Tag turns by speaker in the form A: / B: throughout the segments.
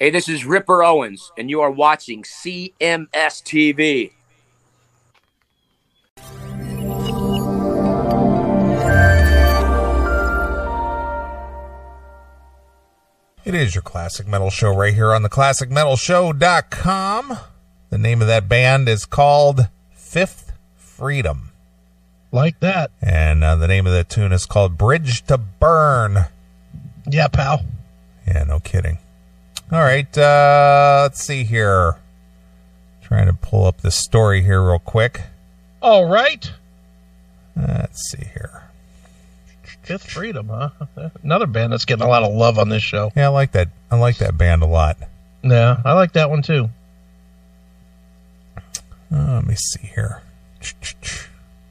A: Hey, this is Ripper Owens, and you are watching CMS TV.
B: It is your classic metal show right here on the classicmetalshow.com. The name of that band is called Fifth Freedom.
C: Like that.
B: And uh, the name of the tune is called Bridge to Burn.
C: Yeah, pal.
B: Yeah, no kidding. All right, uh, let's see here. Trying to pull up the story here real quick.
C: All right.
B: Uh, let's see here.
C: Fifth Freedom, huh? Another band that's getting a lot of love on this show.
B: Yeah, I like that. I like that band a lot.
C: Yeah, I like that one too.
B: Uh, let me see here.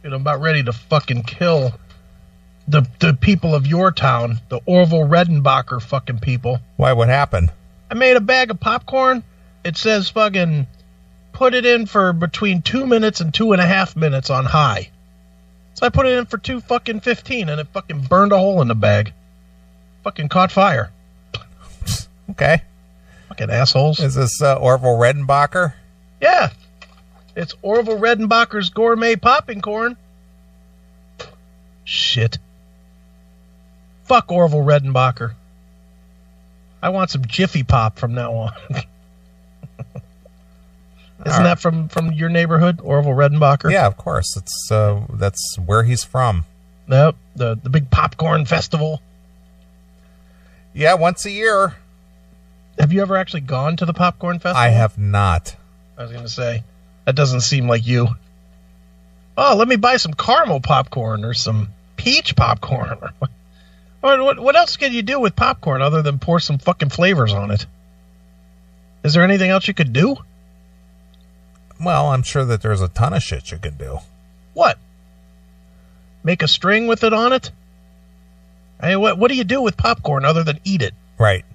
C: Dude, I'm about ready to fucking kill the the people of your town, the Orville Redenbacher fucking people.
B: Why? What happened?
C: I made a bag of popcorn. It says fucking put it in for between two minutes and two and a half minutes on high. So I put it in for two fucking fifteen and it fucking burned a hole in the bag. Fucking caught fire.
B: Okay.
C: Fucking assholes.
B: Is this uh, Orville Redenbacher?
C: Yeah. It's Orville Redenbacher's gourmet popping corn. Shit. Fuck Orville Redenbacher. I want some Jiffy Pop from now on. Isn't
B: right.
C: that from from your neighborhood, Orville Redenbacher?
B: Yeah, of course. It's uh, that's where he's from.
C: Nope. The the big popcorn festival.
B: Yeah, once a year.
C: Have you ever actually gone to the popcorn festival?
B: I have not.
C: I was gonna say that doesn't seem like you. Oh, let me buy some caramel popcorn or some peach popcorn. Or what- or what, what else can you do with popcorn other than pour some fucking flavors on it? Is there anything else you could do?
B: Well, I'm sure that there's a ton of shit you can do.
C: What? Make a string with it on it? Hey, what what do you do with popcorn other than eat it?
B: Right.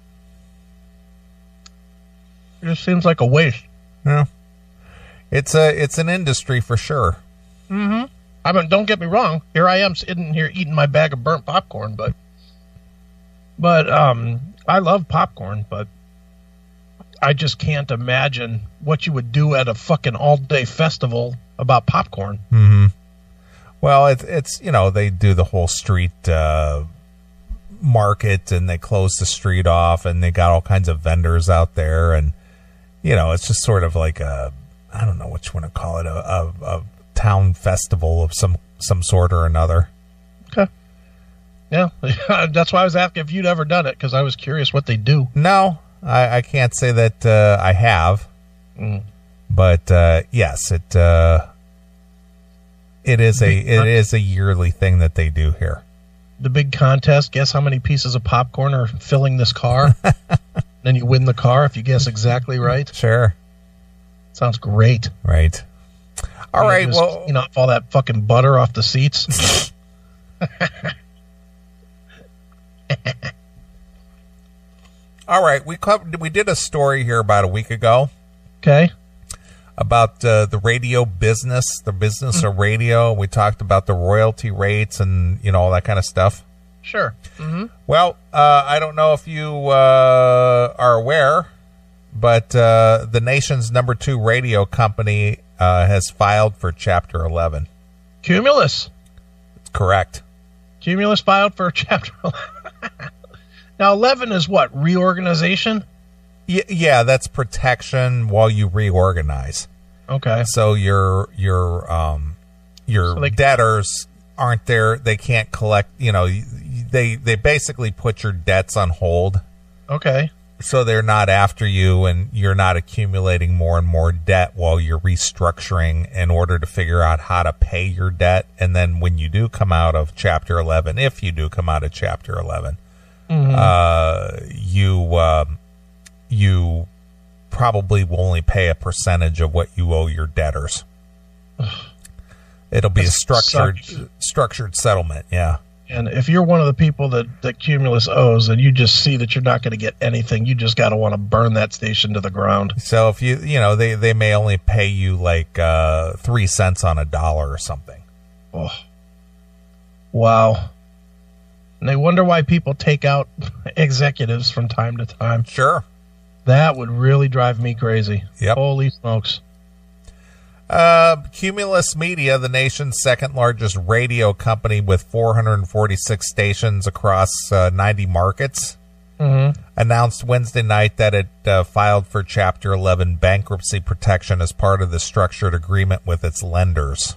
C: It just seems like a waste.
B: Yeah. It's a it's an industry for sure.
C: I mean, don't get me wrong. Here I am sitting here eating my bag of burnt popcorn, but but um, I love popcorn, but I just can't imagine what you would do at a fucking all-day festival about popcorn.
B: Well, it's it's you know they do the whole street uh, market and they close the street off and they got all kinds of vendors out there and you know it's just sort of like a I don't know what you want to call it a, a, a town festival of some some sort or another.
C: Okay. Yeah, that's why I was asking if you'd ever done it because I was curious what they do.
B: No, I, I can't say that uh, I have, but uh, yes, it uh, it is a it is a yearly thing that they do here.
C: the big contest. Guess how many pieces of popcorn are filling this car? then you win the car if you guess exactly right.
B: Sure,
C: Sounds great.
B: right. All
C: You
B: right,
C: just
B: well,
C: clean off all that fucking butter off the seats.
B: All right, we covered, we did a story here about a week ago
C: Okay.
B: about uh, the radio business, the business of radio. We talked about the royalty rates and you know all that kind of stuff.
C: Sure.
B: Well, uh, I don't know if you uh, are aware, but uh, the nation's number two radio company uh, has filed for Chapter 11.
C: Cumulus.
B: It's correct.
C: Cumulus filed for chapter 11. now 11 is what? Reorganization?
B: Y- yeah, that's protection while you reorganize.
C: Okay.
B: so your your um your
C: So, like-
B: debtors aren't there they can't collect you know y- y- they they basically put your debts on hold
C: Okay.
B: so they're not after you and you're not accumulating more and more debt while you're restructuring in order to figure out how to pay your debt and then when you do come out of chapter 11 if you do come out of chapter 11 uh, you um, you probably will only pay a percentage of what you owe your debtors it'll be a structured structured settlement yeah
C: And if you're one of the people that, that Cumulus owes and you just see that you're not going to get anything, you just got to want to burn that station to the ground.
B: So if you you know they they may only pay you like uh, three cents on a dollar or something.
C: Oh. Wow. And they wonder why people take out executives from time to time.
B: Sure,
C: That would really drive me crazy.
B: Yep.
C: Holy smokes.
B: Uh, Cumulus Media, the nation's second largest radio company with 446 stations across uh, 90 markets, announced Wednesday night that it uh, filed for Chapter 11 bankruptcy protection as part of the structured agreement with its lenders.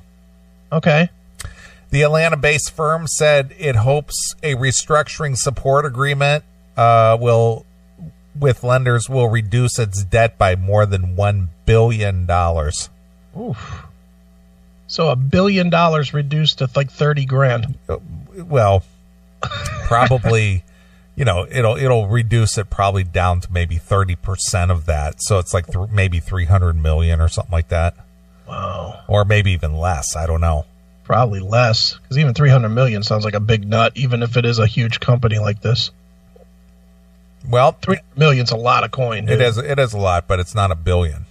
C: Okay.
B: The Atlanta based firm said it hopes a restructuring support agreement uh, will with lenders will reduce its debt by more than $1 billion.
C: Oof. So a billion dollars reduced to like thirty grand.
B: well probably you know it'll it'll reduce it probably down to maybe 30% of that so it's like th- maybe 300 million or something like that
C: Wow.
B: or maybe even less i don't know
C: Probably less, because even three hundred million sounds like a big nut, even if it is a huge company like this.
B: well
C: Three million's a lot of coin.
B: it
C: dude.
B: is it is a lot but it's not a billion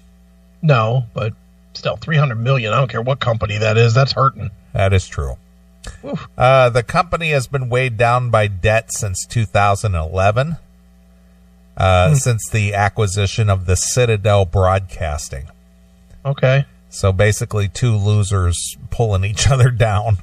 C: No, but still, three hundred million. I don't care what company that is. That's hurting.
B: that is true
C: Oof.
B: uh, the company has been weighed down by debt since 2011 uh, since the acquisition of the citadel broadcasting
C: Okay.
B: so basically two losers pulling each other down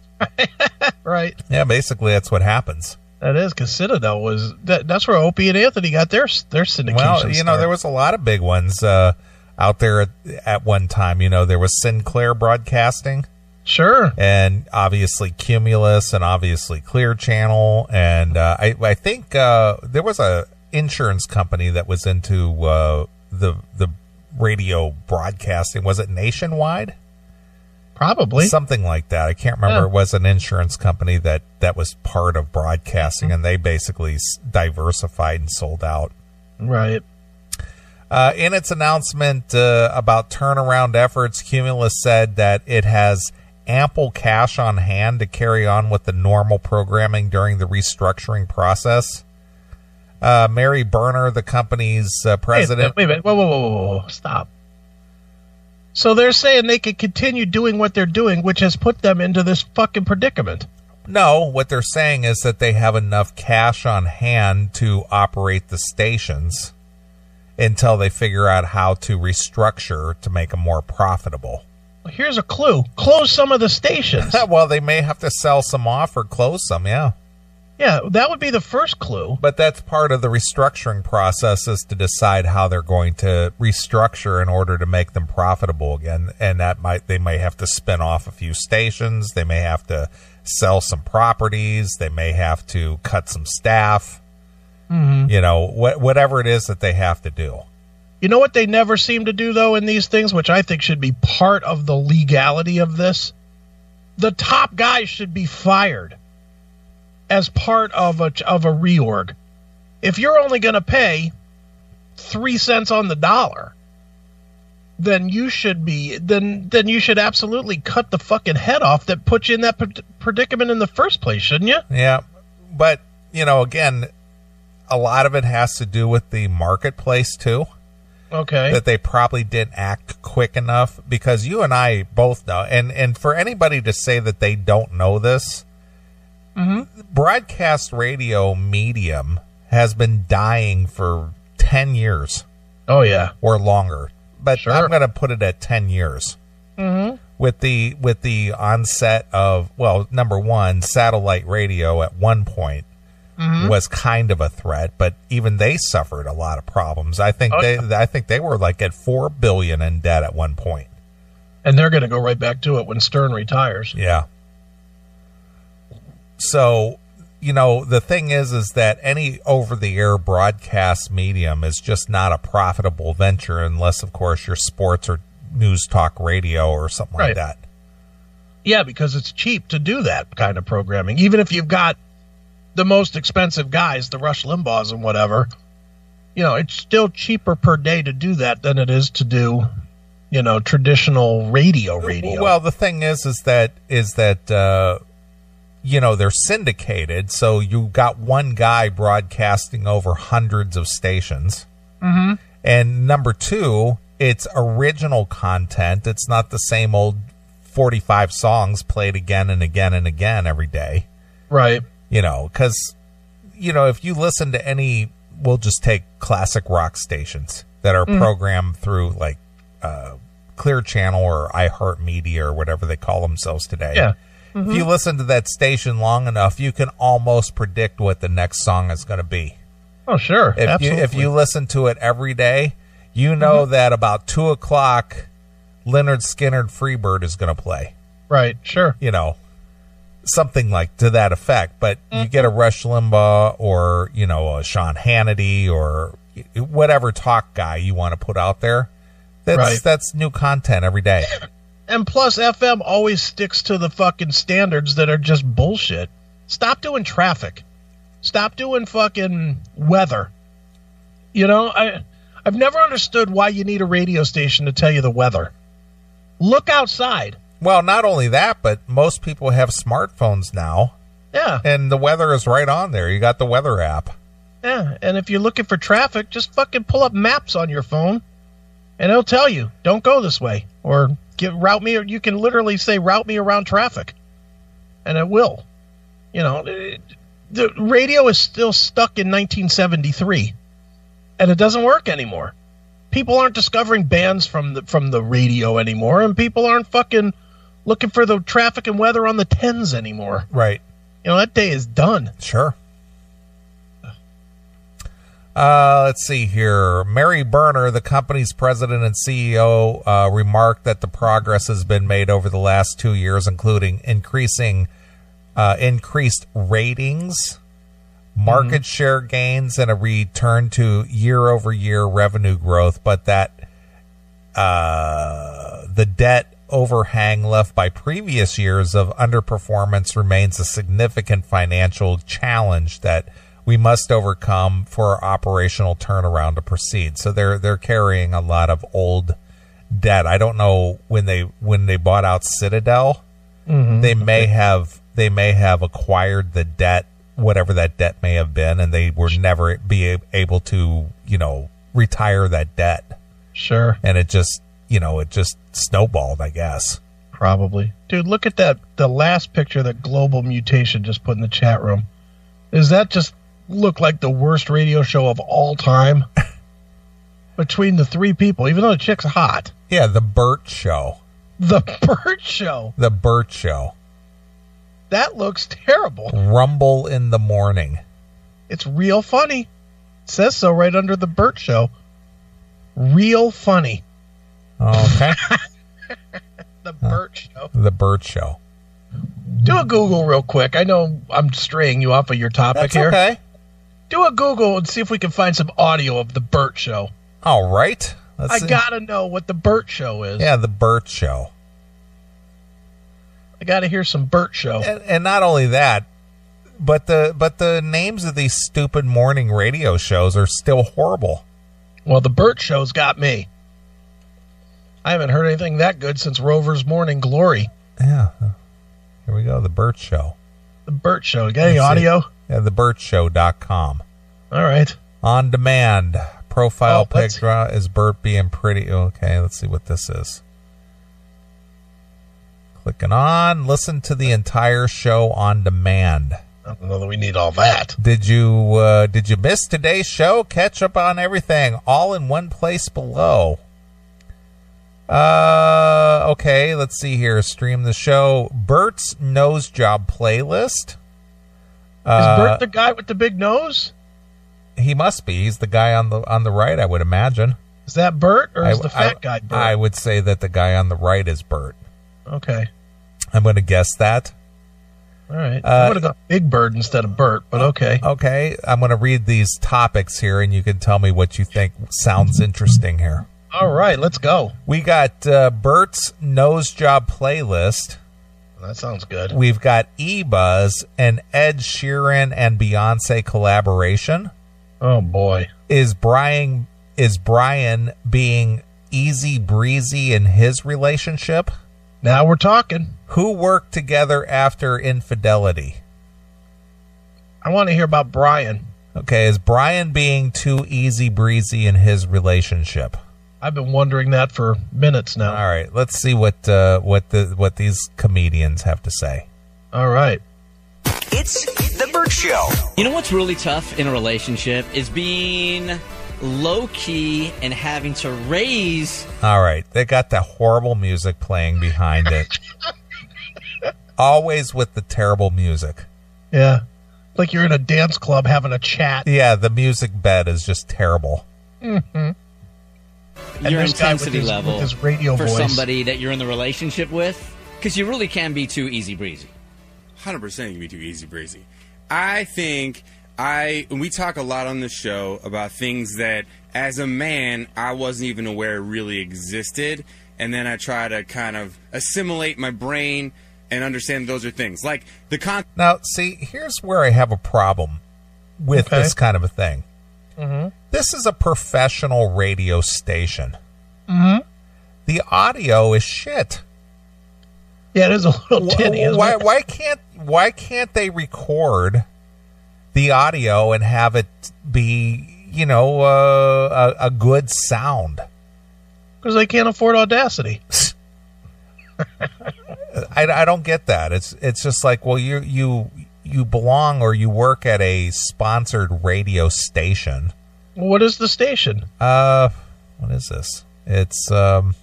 C: Right.
B: yeah basically that's what happens
C: That is because Citadel was that, that's where Opie and Anthony got their their syndication.
B: Well, you know,
C: started.
B: there was a lot of big ones uh, out there at, at one time. You know, there was Sinclair Broadcasting,
C: sure.
B: and obviously Cumulus, and obviously Clear Channel, and uh, I, I think uh, there was a insurance company that was into uh, the the radio broadcasting. Was it Nationwide?
C: Probably.
B: Something like that. I can't remember.
C: Yeah.
B: It was an insurance company that that was part of broadcasting, and they basically s- diversified and sold out.
C: right.
B: Uh, in its announcement uh, about turnaround efforts, Cumulus said that it has ample cash on hand to carry on with the normal programming during the restructuring process. Uh, Mary Berner, the company's uh,
C: Wait a
B: president,
C: minute, Wait a minute. Whoa, whoa, whoa, whoa, whoa, whoa. Stop. So they're saying they could continue doing what they're doing, which has put them into this fucking predicament.
B: no, what they're saying is that they have enough cash on hand to operate the stations until they figure out how to restructure to make them more profitable.
C: Here's a clue: close some of the stations.
B: well, they may have to sell some off or close some, yeah.
C: yeah, that would be the first clue.
B: But that's part of the restructuring process is to decide how they're going to restructure in order to make them profitable again. And that might, they may have to spin off a few stations. They may have to sell some properties. They may have to cut some staff. You know, wh- whatever it is that they have to do.
C: You know what they never seem to do though in these things, which I think should be part of the legality of this? The top guys should be fired as part of a of a reorg. If you're only going to pay 3 cents on the dollar, then you should be then then you should absolutely cut the fucking head off that put you in that pred- predicament in the first place, shouldn't you?
B: Yeah. But, you know, again, a lot of it has to do with the marketplace too.
C: Okay.
B: that they probably didn't act quick enough because you and I both know, and and for anybody to say that they don't know this, broadcast radio medium has been dying for ten years
C: oh yeah.
B: or longer, but
C: Sure. Mm-hmm.
B: I'm going to put it at ten years. With the with the onset of well, number one, satellite radio at one point
C: Mm-hmm.
B: was kind of a threat, but even they suffered a lot of problems. I think
C: Oh,
B: they I think they were like at four billion in debt at one point.
C: And they're going to go right back to it when Stern retires.
B: Yeah. So, you know, the thing is, is that any over the air broadcast medium is just not a profitable venture unless, of course, you're sports or news talk radio or something like
C: Right.
B: that.
C: Yeah, because it's cheap to do that kind of programming. Even if you've got the most expensive guys, the Rush Limbaughs and whatever, you know, it's still cheaper per day to do that than it is to do, you know, traditional radio radio.
B: Well, the thing is, is that, is that, uh, you know they're syndicated, so you got one guy broadcasting over hundreds of stations. And number two, it's original content. It's not the same old 45 songs played again and again and again every day,
C: right.
B: you know, because, you know, if you listen to any we'll just take classic rock stations that are
C: Mm-hmm.
B: programmed through like uh, Clear Channel or iHeartMedia or whatever they call themselves today.
C: Yeah. Mm-hmm.
B: If you listen to that station long enough, you can almost predict what the next song is going to be.
C: Oh, sure.
B: If
C: Absolutely. Mm-hmm.
B: you if you listen to it every day, you know that about two o'clock, Leonard Skinner Freebird is going to play.
C: right, sure.
B: You know, something like to that effect. But you get a Rush Limbaugh or you know a Sean Hannity or whatever talk guy you want to put out there. That's
C: Right.
B: that's new content every day.
C: And plus, FM always sticks to the fucking standards that are just bullshit. Stop doing traffic. Stop doing fucking weather. You know, I I've never understood why you need a radio station to tell you the weather. Look outside.
B: Well, not only that, but most people have smartphones now,
C: Yeah,
B: and the weather is right on there. You got the weather app.
C: yeah. And if you're looking for traffic, just fucking pull up maps on your phone, and it'll tell you don't go this way or get route me. Or you can literally say route me around traffic, and it will. You know, it- the radio is still stuck in 1973, and it doesn't work anymore. People aren't discovering bands from the from the radio anymore, and people aren't fucking looking for the traffic and weather on the tens anymore.
B: Right.
C: You know that day is done.
B: Sure. Uh, let's see here. Mary Berner, the company's president and CEO, uh, remarked that the progress has been made over the last two years, including increasing uh, increased ratings, market share gains, and a return to year-over-year revenue growth. But that uh, the debt overhang left by previous years of underperformance remains a significant financial challenge that we must overcome for our operational turnaround to proceed. So they're they're carrying a lot of old debt. I don't know when they when they bought out Citadel, they may have they may have acquired the debt whatever that debt may have been and they were never be able to, you know, retire that debt
C: Sure.
B: and it just you know it just snowballed i guess
C: Probably. Dude, look at that the last picture that Global Mutation just put in the chat room. Does that just look like the worst radio show of all time? Between the three people, even though the chick's hot.
B: yeah the burt show
C: The Bird Show.
B: the burt show
C: That looks terrible.
B: rumble in the morning
C: It's real funny. It says so right under the Burt Show. Real funny.
B: okay
C: The Burt Show.
B: the burt show
C: Do a Google real quick. I know I'm straying you off of your topic
B: that's
C: here.
B: okay
C: Do a Google and see if we can find some audio of the Burt Show.
B: all right let's
C: I
B: see.
C: gotta know what the Burt Show is.
B: yeah the burt show
C: I gotta hear some Burt Show.
B: and, and not only that but the but the names of these stupid morning radio shows are still horrible
C: Well, the Burt Show's got me. I haven't heard anything that good since Rover's Morning Glory.
B: yeah here we go the burt show
C: The Burt Show. You got any
B: Let's see.
C: audio?
B: yeah the burt show.com
C: All right.
B: On demand profile
C: Oh, let's-
B: picture is Bert being pretty. Okay, let's see what this is. Clicking on, listen to the entire show on demand.
C: I don't know that we need all that.
B: Did you uh, did you miss today's show? Catch up on everything, all in one place below. Uh, okay, let's see here. Stream the show. Bert's nose job playlist.
C: Is
B: Uh,
C: Burt the guy with the big nose?
B: he must be. He's the guy on the on the right, I would imagine.
C: Is that Burt or is the fat guy Burt?
B: I would say that the guy on the right is Bert.
C: okay.
B: I'm going to guess that.
C: All right.
B: Uh,
C: I would have got Big Bird instead of Bert, but okay.
B: Okay, I'm going to read these topics here, and you can tell me what you think sounds interesting here.
C: All right, let's go.
B: We got uh, Bert's nose job playlist.
C: That sounds good.
B: We've got E Buzz and Ed Sheeran and Beyonce collaboration.
C: Oh boy.
B: Is Brian is Brian being easy breezy in his relationship?
C: Now we're talking.
B: Who worked together after infidelity?
C: I want to hear about Brian.
B: Okay, is Brian being too easy breezy in his relationship?
C: I've been wondering that for minutes now.
B: All right, let's see what uh, what the what these comedians have to say.
C: All right.
D: It's the Bird Clark Show.
E: You know what's really tough in a relationship is being low key and having to raise.
B: All right, they got that horrible music playing behind it. Always with the terrible music.
C: Yeah. Like you're in a dance club having a chat.
B: Yeah, the music bed is just terrible.
C: And
E: your
C: this guy with
E: intensity
C: his-
E: level
C: with his radio
E: for
C: voice.
E: somebody that you're in the relationship with because you really can be too easy breezy.
F: hundred percent you can be too easy breezy. I think I and we talk a lot on the show about things that as a man I wasn't even aware really existed, and then I try to kind of assimilate my brain and understand those are things like the con.
B: Now, see, here's where I have a problem with
C: Okay.
B: this kind of a thing. This is a professional radio station. Mm-hmm. The audio is shit.
C: Yeah, it is a little tinny, isn't
B: why
C: it?
B: why can't why can't they record the audio and have it be you know uh, a, a good sound?
C: Because they can't afford Audacity.
B: I, I don't get that. It's it's just like well you you you belong or you work at a sponsored radio station.
C: Well, what is the station?
B: Uh, what is this? It's um,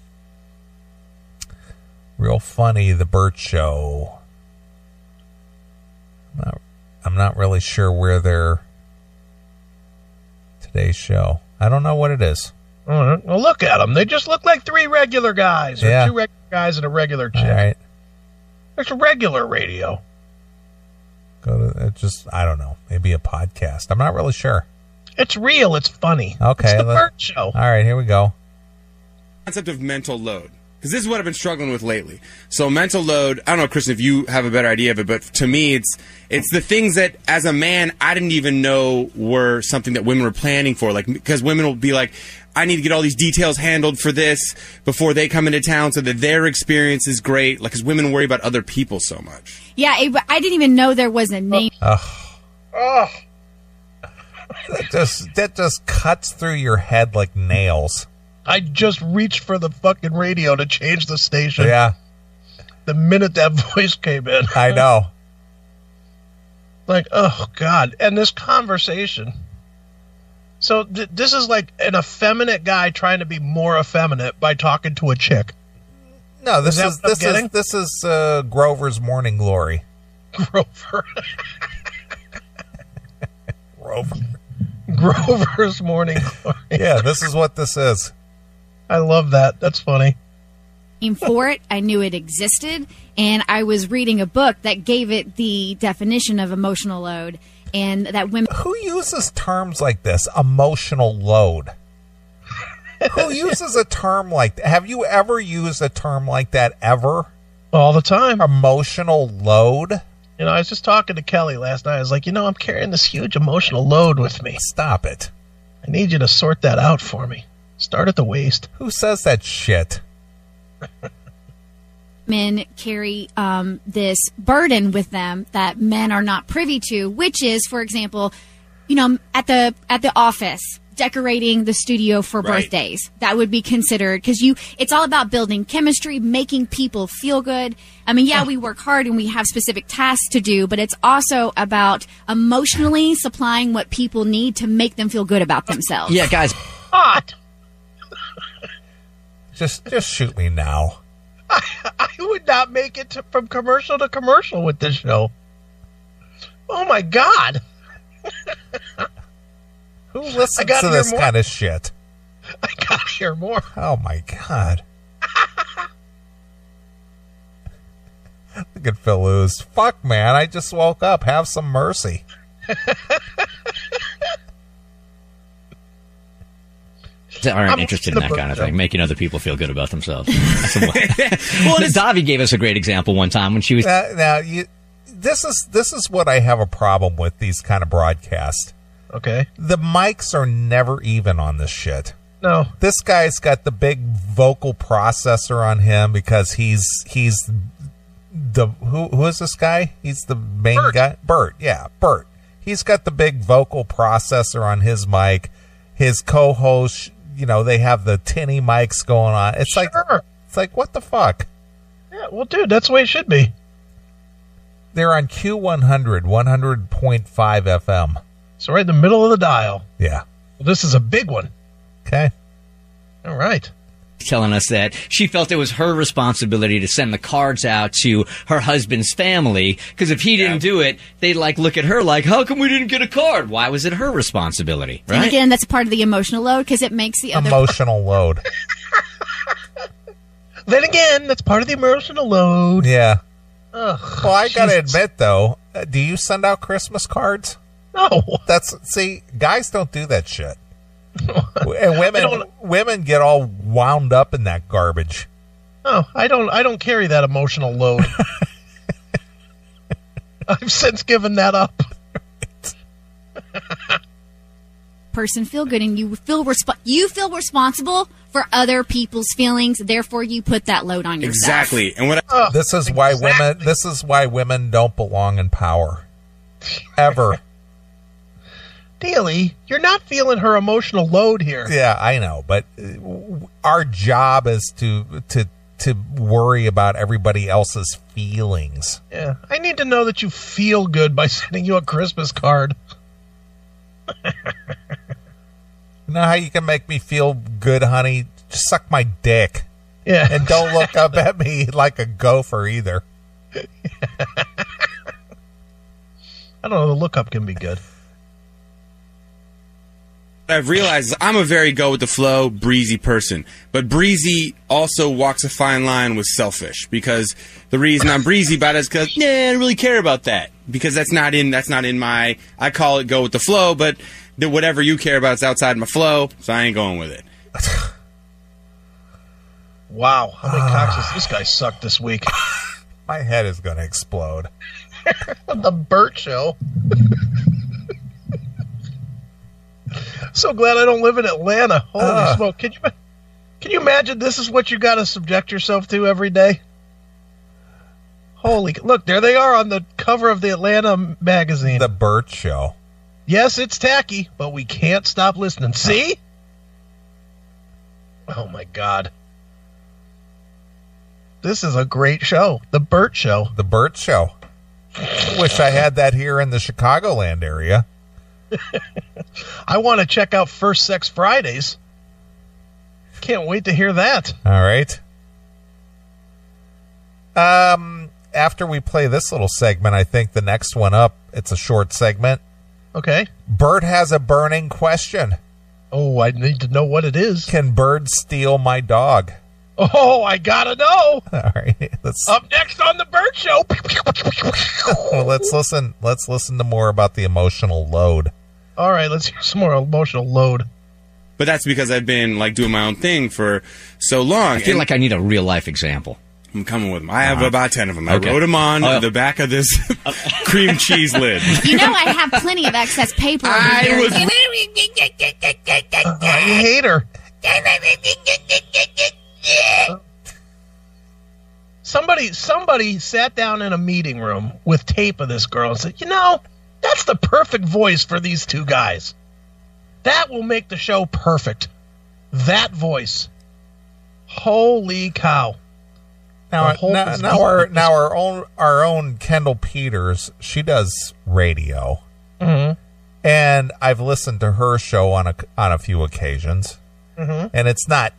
B: real funny. The Burt Show. I'm not, I'm not really sure where they're today's show. I don't know what it is.
C: All right. Oh, Well, look at them. They just look like three regular guys, or
B: Yeah.
C: two regular guys and a regular chick.
B: All right,
C: It's regular radio.
B: go to it. Just I don't know. Maybe a podcast. I'm not really sure.
C: It's real. It's funny.
B: Okay,
C: It's the
B: let's-
C: Burt Show.
B: All right, here we go.
F: concept of mental load because this is what I've been struggling with lately. So mental load, I don't know, Christian, if you have a better idea of it, but to me, it's it's the things that as a man I didn't even know were something that women were planning for. Like because women will be like, I need to get all these details handled for this before they come into town so that their experience is great. Like because women worry about other people so much.
G: Yeah, it, I didn't even know there was a name.
B: uh,
C: Ugh.
B: That just that just cuts through your head like nails.
C: I just reached for the fucking radio to change the station
B: Yeah,
C: the minute that voice came in.
B: I know.
C: Like, oh god! And this conversation. So th- this is like an effeminate guy trying to be more effeminate by talking to a chick.
B: No, this
C: Is that
B: is
C: what I'm
B: this is
C: getting?
B: this is uh, Grover's Morning Glory.
C: Grover.
B: Grover.
C: Grover's morning glory.
B: Yeah, this is what this is.
C: I love that. That's funny.
G: name for it. I knew it existed, and I was reading a book that gave it the definition of emotional load, and that women
B: Who uses terms like this? Emotional load. Who uses a term like that? Have you ever used a term like that ever?
C: All the time.
B: Emotional load?
C: You know, I was just talking to Kelly last night. I was like, you know, I'm carrying this huge emotional load with me.
B: Stop it.
C: I need you to sort that out for me. Start at the waist.
B: Who says that shit?
G: men carry um, this burden with them that men are not privy to, which is, for example, you know, at the at the office decorating the studio for
F: Right.
G: birthdays. That would be considered because you. It's all about building chemistry, making people feel good. I mean, yeah, we work hard and we have specific tasks to do, but it's also about emotionally supplying what people need to make them feel good about themselves.
E: Yeah, guys,
C: Hot.
B: Just just shoot me now.
C: I would not make it to, from commercial to commercial with this show. Oh my god!
B: Who listens
C: gotta
B: to
C: hear
B: this
C: more.
B: kind of shit?
C: I gotta hear more.
B: Oh my god. Look at Phil Lewis. Fuck man, I just woke up. Have some mercy.
E: aren't
C: I'm
E: interested in
C: the
E: that
C: Burt
E: kind of
C: Show.
E: thing, making other people feel good about themselves. That's a- well, Davi gave us a great example one time when she was
B: now, now you this is this is what I have a problem with these kind of broadcasts.
C: Okay.
B: The mics are never even on this shit.
C: No.
B: This guy's got the big vocal processor on him because he's he's the who who is this guy? He's the main
C: Bert.
B: guy. Bert, yeah, Bert. He's got the big vocal processor on his mic. His co-host, you know, they have the tinny mics going on. It's like
C: Sure.
B: it's like what the fuck?
C: Yeah. Well, dude, that's the way it should be.
B: They're on Q100, 100.5 FM.
C: So right in the middle of the dial.
B: Yeah.
C: Well, this is a big one.
B: Okay.
C: All right.
E: telling us that she felt it was her responsibility to send the cards out to her husband's family because if he didn't do it, they'd like look at her like, "How come we didn't get a card? Why was it her responsibility?"
G: And
E: Right?
G: again, that's part of the emotional load because it makes the other
B: Emotional load.
C: Then again, that's part of the emotional load.
B: Yeah.
C: Ugh,
B: Well, I gotta
C: Jesus.
B: admit though, uh, do you send out Christmas cards?
C: No.
B: That's see, guys don't do that shit, and women
C: don't-
B: women get all wound up in that garbage.
C: No, I don't. I don't carry that emotional load. I've since given that up.
G: person feel good, and you feel resp- you feel responsible for other people's feelings. Therefore, you put that load on yourself.
F: Exactly. And what I,
B: This is why women. This is why women don't belong in power, ever.
C: Daily, you're not feeling her emotional load here.
B: yeah, I know, but uh, w- our job is to to to worry about everybody else's feelings.
C: Yeah. I need to know that you feel good by sending you a Christmas card.
B: You know how you can make me feel good, honey? Just suck my dick
C: Yeah.
B: and don't look up at me like a gopher either.
C: I don't know. The lookup can be good.
F: what I've realized is I'm a very go with the flow, breezy person. But breezy also walks a fine line with selfish because the reason I'm breezy about it is because nah, I don't really care about that because that's not in that's not in my. I call it go with the flow, but the, whatever you care about is outside my flow, so I ain't going with it.
C: Wow. How many cocks has this guy sucked this week?
B: My head is going to explode.
C: the Burt Show. so glad I don't live in Atlanta. Holy
B: Ah.
C: smoke! Can you ma- can you imagine? This is what you got to subject yourself to every day. Holy look! There they are on the cover of the Atlanta magazine.
B: The Burt Show.
C: yes, it's tacky, but we can't stop listening. See? Oh my God! This is a great show, the Burt Show.
B: The Burt Show. Wish I had that here in the Chicagoland area.
C: I want to check out First Sex Fridays. Can't wait to hear that.
B: All right. Um, after we play this little segment, I think the next one up, it's a short segment.
C: Okay.
B: Bert has a burning question.
C: Oh, I need to know what it is.
B: Can birds steal my dog?
C: Oh, I gotta know.
B: All right. Let's
C: Up next on the Bird Show.
B: well, let's listen let's listen to more about the emotional load.
C: All right, let's hear some more emotional load.
F: But that's because I've been like doing my own thing for so long.
E: I feel like I need a real life example.
F: I'm coming with them. I have about ten of them.
E: Okay.
F: I wrote them on
E: Oh.
F: the back of this cream cheese lid.
G: You know, I have plenty of excess paper. over here.
C: I hate her. Somebody, somebody sat down in a meeting room with tape of this girl and said, "You know, that's the perfect voice for these two guys. That will make the show perfect. That voice. Holy cow!
B: Now,
C: The whole
B: now,
C: is-
B: now our now our own our own Kendall Peters, she does radio, Mm-hmm. and I've listened to her show on a on a few occasions, and it's not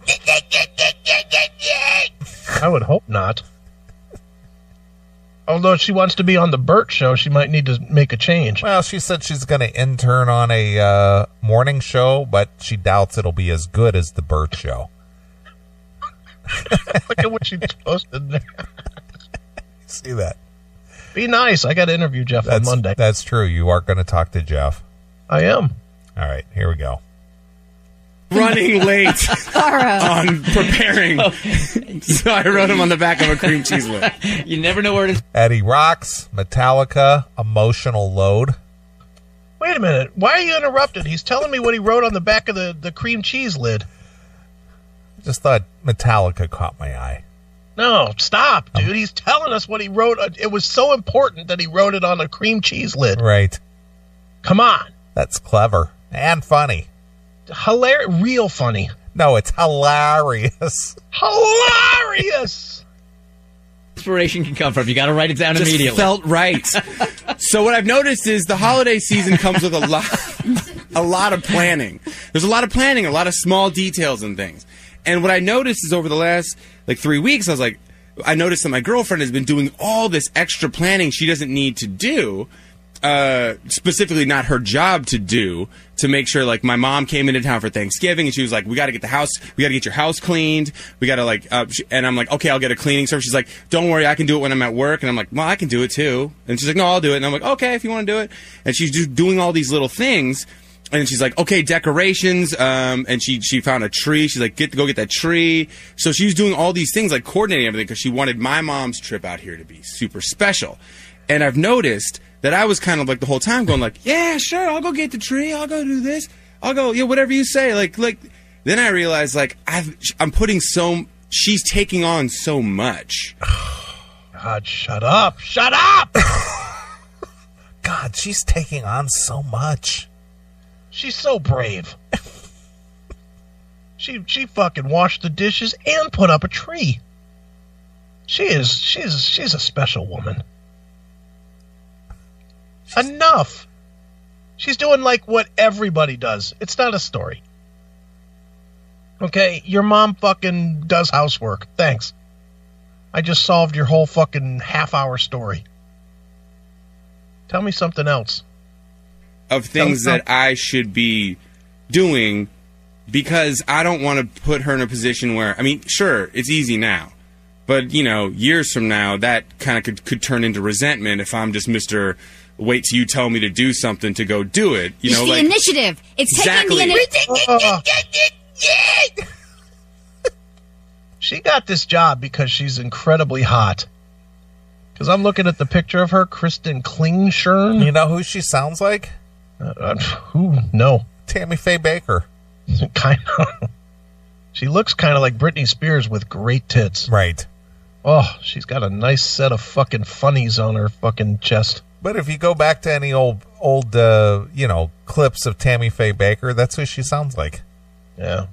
C: I would hope not. Although if she wants to be on the Burt Show, she might need to make a change.
B: well. She said she's going to intern on a uh, morning show, but she doubts it'll be as good as the Burt Show.
C: Look at what she posted there.
B: See that?
C: Be nice. I got to interview Jeff on
B: That's
C: Monday.
B: That's true. You are going to talk to Jeff.
C: I am.
B: All right, here we go.
F: running late on preparing. so I wrote him on the back of a cream cheese lid.
E: You never know where to
B: Eddie rocks Metallica emotional load.
C: Wait a minute. Why are you interrupted? He's telling me what he wrote on the back of the, the cream cheese lid.
B: Just thought Metallica caught my eye.
C: No, stop, dude. He's telling us what he wrote. Uh, It was so important that he wrote it on a cream cheese lid.
B: Right.
C: Come on.
B: That's clever and funny.
C: Hilarious. Real funny.
B: No, it's hilarious.
C: Hilarious.
E: inspiration can come from. You got to write it down
F: just
E: immediately.
F: felt right. so what I've noticed is the holiday season comes with a lot, a lot of planning. There's a lot of planning, a lot of small details and things. And what I noticed is over the last like three weeks, I was like, I noticed that my girlfriend has been doing all this extra planning she doesn't need to do. Uh, specifically, not her job to do to make sure. Like, my mom came into town for Thanksgiving, and she was like, "We got to get the house. We got to get your house cleaned. We got to like." Uh, sh and I'm like, "Okay, I'll get a cleaning service." She's like, "Don't worry, I can do it when I'm at work." And I'm like, "Well, I can do it too." And she's like, "No, I'll do it." And I'm like, "Okay, if you want to do it." And she's just doing all these little things and she's like, okay, decorations. Um, and she she found a tree. She's like, get go get that tree. So she was doing all these things, like coordinating everything, because she wanted my mom's trip out here to be super special. And I've noticed that I was kind of like the whole time going like, yeah, sure, I'll go get the tree. I'll go do this. I'll go, yeah, whatever you say. Like like. Then I realized like I've I'm putting so she's taking on so much.
C: God, shut up! Shut up!
B: God, she's taking on so much.
C: She's so brave. she she fucking washed the dishes and put up a tree. She is she's she's a special woman. Enough. She's doing like what everybody does. It's not a story. Okay, your mom fucking does housework. Thanks. I just solved your whole fucking half hour story. Tell me something else.
F: of things
C: Don't-
F: that I should be doing because I don't want to put her in a position where I mean, sure, it's easy now, but you know, years from now, that kind of could could turn into resentment if I'm just Mister. Wait till you tell me to do something to go do it. You
G: It's
F: know,
G: the
F: like
G: initiative. It's taking
F: Exactly.
G: the initiative.
C: Ugh. she got this job because she's incredibly hot. Because I'm looking at the picture of her, Kristen Klingshern.
B: You know who she sounds like?
C: Uh, uh, who? No.
B: Tammy Faye Baker.
C: kind of. She looks kind of like Britney Spears with great tits.
B: Right.
C: Oh, she's got a nice set of fucking funnies on her fucking chest.
B: But if you go back to any old old uh, you know clips of Tammy Faye Baker, that's who she sounds like.
C: Yeah.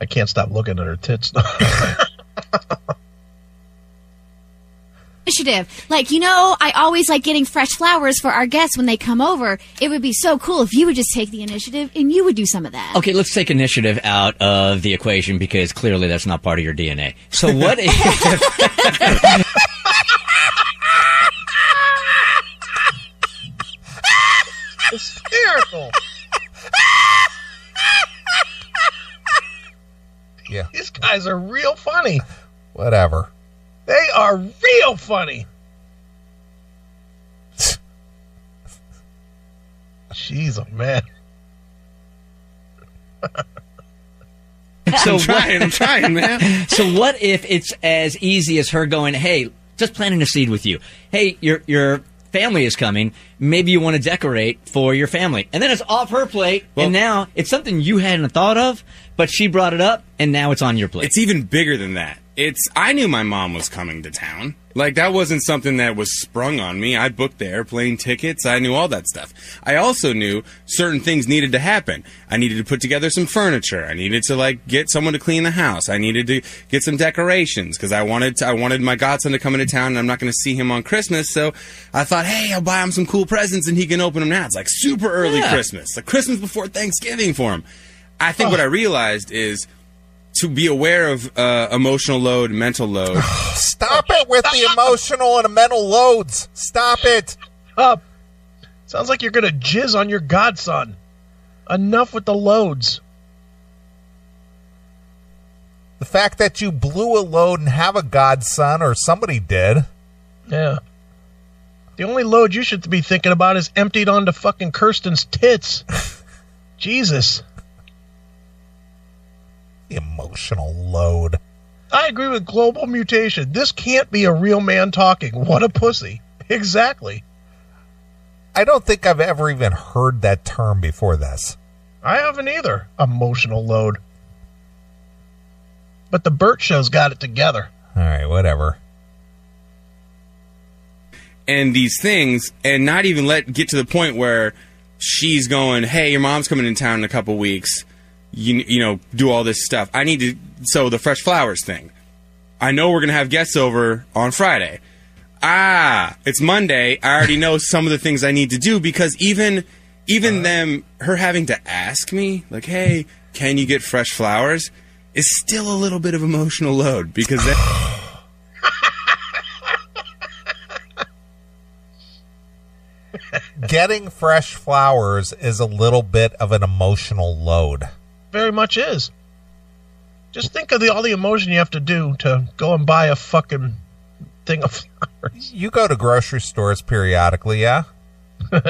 C: I can't stop looking at her tits.
G: initiative. Like, you know, I always like getting fresh flowers for our guests when they come over. It would be so cool if you would just take the initiative and you would do some
F: Oh,
G: of that.
E: Okay, let's take initiative out of the equation because clearly that's not part of your DNA. So what if
C: Hysterical.
B: Yeah.
C: These guys are real funny.
B: Whatever.
C: They are real funny. Jeez, oh man.
E: so
F: I'm trying, I'm trying, man.
E: So what if it's as easy as her going, "Hey, just planting a seed with you. Hey, your your family is coming. Maybe you want to decorate for your family." And then it's off her plate, and now it's something you hadn't thought of, but she brought it up, and now it's on your plate.
F: It's even bigger than that. It's I knew my mom was coming to town. Like that wasn't something that was sprung on me. I booked the airplane tickets. I knew all that stuff. I also knew certain things needed to happen. I needed to put together some furniture. I needed to like get someone to clean the house. I needed to get some decorations because I wanted to, I wanted my godson to come into town and I'm not going to see him on Christmas. So I thought, hey, I'll buy him some cool presents and he can open them now. It's like super early
E: Yeah.
F: Christmas, like Christmas before Thanksgiving for him. I think what I realized is to be aware of uh, emotional load, mental load.
B: Stop it with the emotional and mental loads. Stop it.
C: Up. Sounds like you're gonna jizz on your godson. Enough with the loads.
B: The fact that you blew a load and have a godson or somebody did.
C: Yeah. The only load you should be thinking about is emptied onto fucking Kirsten's tits. Jesus.
B: The emotional load.
C: I agree with global mutation. This can't be a real man talking. What a pussy. Exactly.
B: I don't think I've ever even heard that term before this.
C: I haven't either. Emotional load. But the Burt show's got it together.
B: All right, whatever.
F: and these things and not even let get to the point where she's going, "Hey, your mom's coming in town in a couple weeks. You you know, do all this stuff. I need to so the fresh flowers thing. I know we're going to have guests over on Friday. Ah, it's Monday. I already know some of the things I need to do because even even them her having to ask me like, "Hey, can you get fresh flowers?" is still a little bit of emotional load because that,
B: Getting fresh flowers is a little bit of an emotional load.
C: very much is. Just think of the all the emotion you have to do to go and buy a fucking thing of flowers
B: You go to grocery stores periodically, yeah?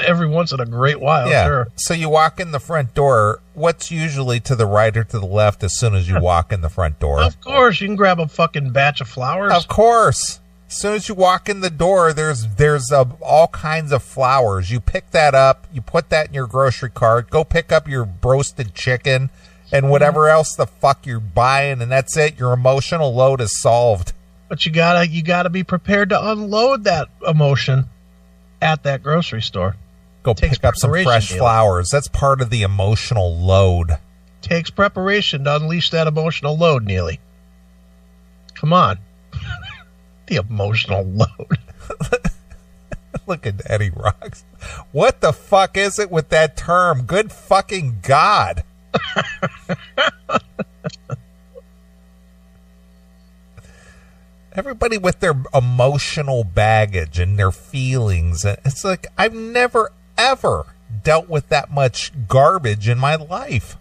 C: every once in a great while.
B: yeah.
C: Oh, Sure.
B: So you walk in the front door. What's usually to the right or to the left as soon as you walk in the front door?
C: Of course, you can grab a fucking batch of flowers.
B: Of course. As soon as you walk in the door, there's there's uh, all kinds of flowers. You pick that up, you put that in your grocery cart, go pick up your roasted chicken
C: Mm-hmm.
B: and whatever else the fuck you're buying, and that's it. Your emotional load is solved.
C: But you gotta you gotta be prepared to unload that emotion at that grocery store.
B: Go
C: Takes
B: pick up some
C: preparation,
B: fresh
C: Dale.
B: flowers. That's part of the emotional load.
C: Takes preparation to unleash that emotional load, Neely. Come on. the emotional load.
B: Look at Eddie Rocks. What the fuck is it with that term? Good fucking God. Everybody with their emotional baggage and their feelings. It's like I've never, ever dealt with that much garbage in my life.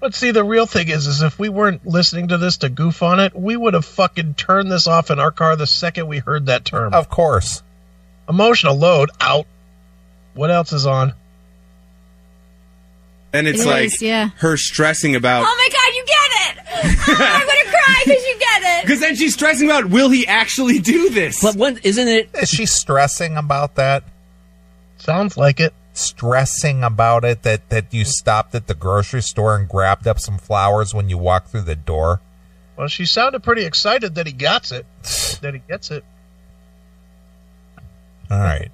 C: But see, the real thing is, is if we weren't listening to this to goof on it, we would have fucking turned this off in our car the second we heard that term.
B: Of course.
C: Emotional load out. What else is on?
F: then it's
G: It
F: like
G: is, yeah.
F: her stressing about
G: Oh my god, you get it! Oh, I'm gonna cry because you get it.
F: because then she's stressing about will he actually do this?
E: But when, isn't it?
B: Is she stressing about that?
C: Sounds like it.
B: stressing about it that that you stopped at the grocery store and grabbed up some flowers when you walked through the door?
C: Well, she sounded pretty excited that he got it. that he gets it.
B: All right.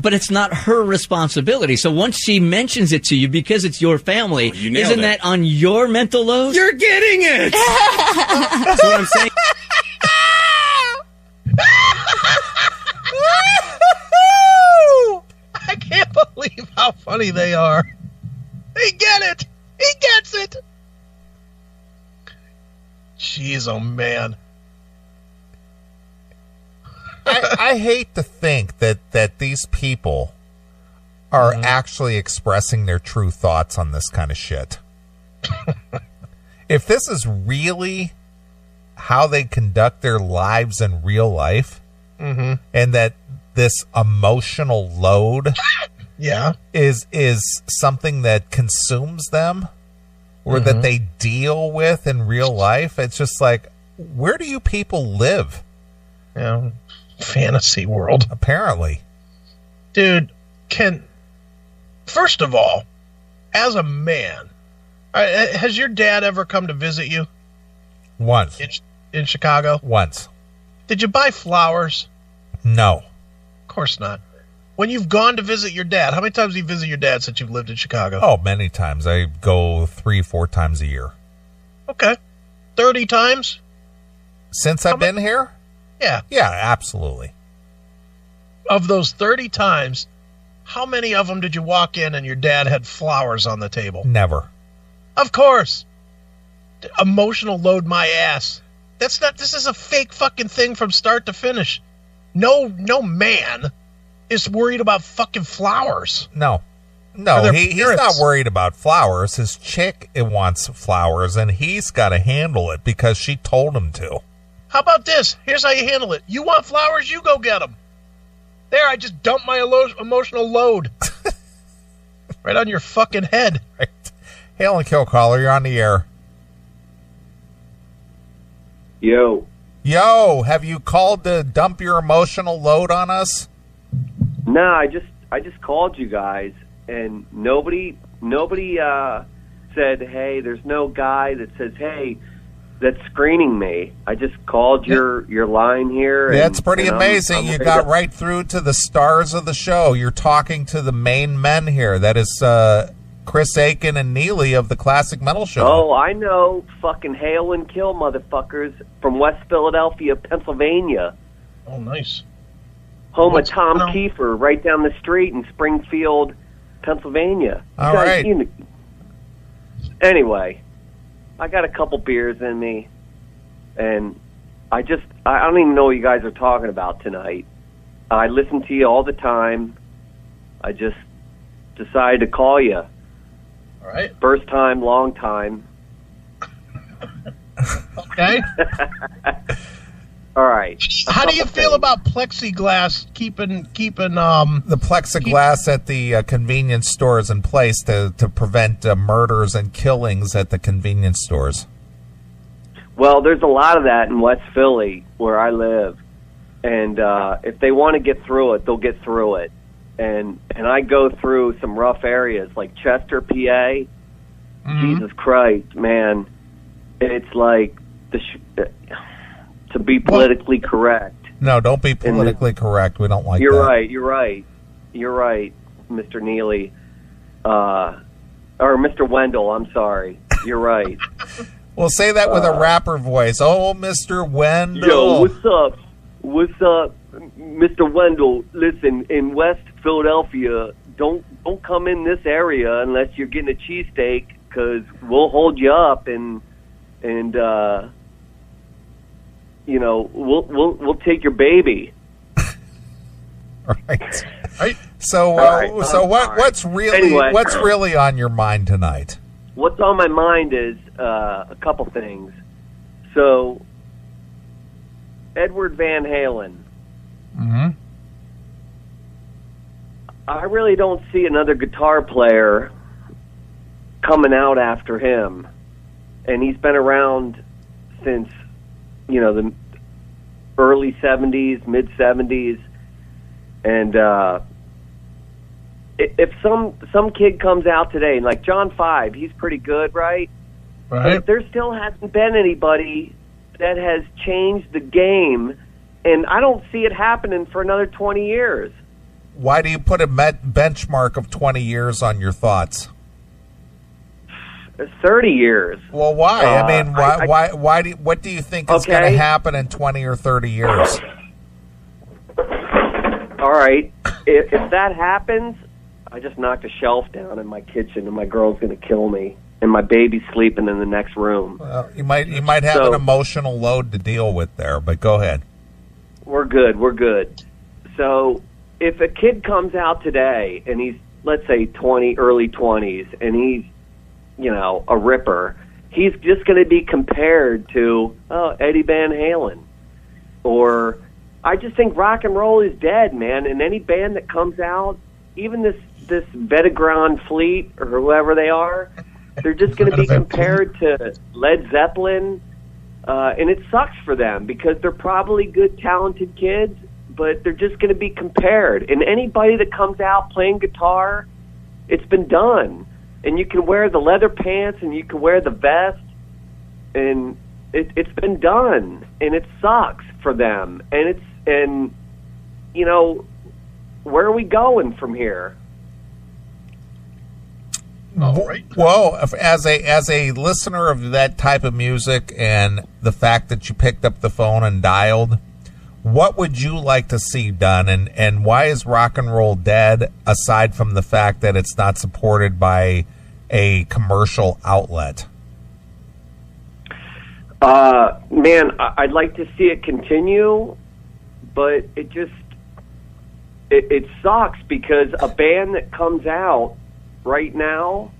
E: But it's not her responsibility. So once she mentions it to you because it's your family,
F: Oh, you nailed
E: isn't
F: it.
E: that on your mental load?
F: You're getting it. That's what I'm saying.
C: I can't believe how funny they are. He get it. He gets it. Jeez, oh man.
B: I, I hate to think that that these people are actually expressing their true thoughts on this kind of shit. if this is really how they conduct their lives in real life, and that this emotional load
C: Yeah.
B: is is something that consumes them or that they deal with in real life it's just like where do you people live
C: Yeah. Fantasy world.
B: apparently
C: dude can first of all as a man I- I- has your dad ever come to visit you
B: once
C: in, in chicago
B: once
C: did you buy flowers
B: no
C: of course not when you've gone to visit your dad how many times have you visited your dad since you've lived in chicago
B: oh many times i go three four times a year
C: okay 30 times
B: since i've been here
C: yeah
B: yeah absolutely
C: of those 30 times how many of them did you walk in and your dad had flowers on the table
B: never
C: Of course. D- Emotional load my ass. That's not this is a fake fucking thing from start to finish. No no man is worried about fucking flowers.
B: no
C: For
B: no
C: their
B: he, he's not
C: parents.
B: worried about flowers his chick it wants flowers and he's got to handle it because she told him to
C: How about this? Here's how you handle it. You want flowers, you go get them. There, I just dumped my elo- emotional load right on your fucking head.
B: right hail and kill caller you're on the air
A: Yo,
B: Yo, have you called to dump your emotional load on us?
D: No, I just I just called you guys, and nobody nobody uh, said, "Hey, there's no guy that says, hey, that's screening me." I just called your your line here. And,
B: That's pretty
D: and I'm-
B: amazing.
D: I'm
B: you
D: ready
B: got
D: to-
B: right through to the stars of the show. You're talking to the main men here. That is uh, Chris Aiken and Neely of the Classic Metal Show.
D: Oh, I know fucking hail and kill motherfuckers from West Philadelphia, Pennsylvania.
C: Oh, nice.
D: Home
C: What's-
D: of Tom
C: no.
D: Kiefer, right down the street in Springfield, Pennsylvania. You
B: All
D: guys
B: right.
D: seen the- Anyway, I got a couple beers in me, and I just I don't even know what you guys are talking about tonight. I listen to you all the time. I just decided to call you.
C: All right.
D: First time, long time.
C: Okay.
D: All right.
C: How do you feel about plexiglass keeping keeping um
B: the plexiglass at the uh, convenience stores in place to, to prevent uh, murders and killings at the convenience stores.
D: Well, there's a lot of that in West Philly where I live, and uh, if they want to get through it, they'll get through it. And and I go through some rough areas like Chester, PA.
B: Mm-hmm.
D: Jesus Christ, man, it's like the sh- uh, to be politically correct.
B: No, don't be politically correct. We don't like
D: You're
B: that.
D: right. You're right. You're right, Mr. Neely, uh, or Mr. Wendell. I'm sorry. You're right.
B: Well, say that with
D: Uh.
B: a rapper voice. Oh, Mr. Wendell.
D: Yo, what's up? What's up, Mr. Wendell? Listen, in West Philadelphia, don't don't come in this area unless you're getting a cheesesteak, because we'll hold you up and and uh, you know we'll we'll we'll take your baby.
B: right.
C: right?
B: So, uh,
D: All right.
B: so
D: I'm
B: what?
D: sorry.
B: What's really
D: Anyway.
B: what's really on your mind tonight?
D: What's on my mind is uh, a couple things. So, Edward Van Halen.
B: Mm-hmm.
D: I really don't see another guitar player coming out after him, and he's been around since you know the early '70s, mid '70s, and uh, i- if some some kid comes out today, and like John Five, he's pretty good, right?
C: Right.
D: But there still hasn't been anybody that has changed the game, and I don't see it happening for another 20 years.
B: Why do you put a met- benchmark of twenty years on your thoughts?
D: 30 years.
B: Well, why?
D: Uh,
B: I mean, why?
D: I- I-
B: why? Why do? What do you think is going
D: Okay.
B: to happen in twenty or thirty years?
D: All right. If, if that happens, I just knocked a shelf down in my kitchen, and my girl's gonna kill me, and my baby's sleeping in the next room.
B: Uh, you might you might have
D: So-
B: an emotional load to deal with there, but go ahead.
D: We're good. We're good. So, if a kid comes out today and he's let's say twenty, early twenties, and he's you know a ripper, he's just gonna be compared to oh Eddie Van Halen, or I just think rock and roll is dead, man. And any band that comes out, even this this Vetigron Fleet or whoever they are, they're just going to be compared to Led Zeppelin, uh, and it sucks for them because they're probably good, talented kids, but they're just going to be compared. And anybody that comes out playing guitar, it's been done. And you can wear the leather pants and you can wear the vest and it, it's been done, and it sucks for them. And it's and you know, where are we going from here?
C: All right.
B: Well, if- as a as a listener of that type of music and the fact that you picked up the phone and dialed, what would you like to see done and and why is rock and roll dead aside from the fact that it's not supported by a commercial outlet?
D: Uh, man, I- I'd like to see it continue, but it just it, it sucks because a band that comes out right now,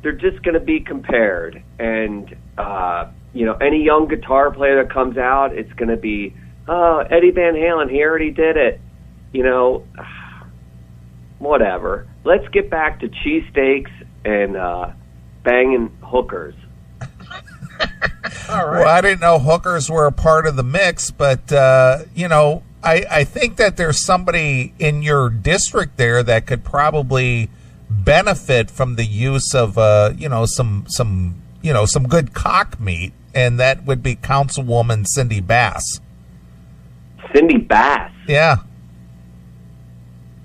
D: they're just going to be compared, and uh, you know, any young guitar player that comes out, it's going to be oh, Eddie Van Halen. He already did it, you know. Whatever. Let's get back to cheesesteaks and uh, banging hookers.
C: All
B: Well,
C: right.
B: I didn't know hookers were a part of the mix, but uh, you know, I, I think that there's somebody in your district there that could probably benefit from the use of uh, you know some some you know some good cock meat, and that would be Councilwoman Cindy Bass.
D: Cindy Bass.
B: Yeah,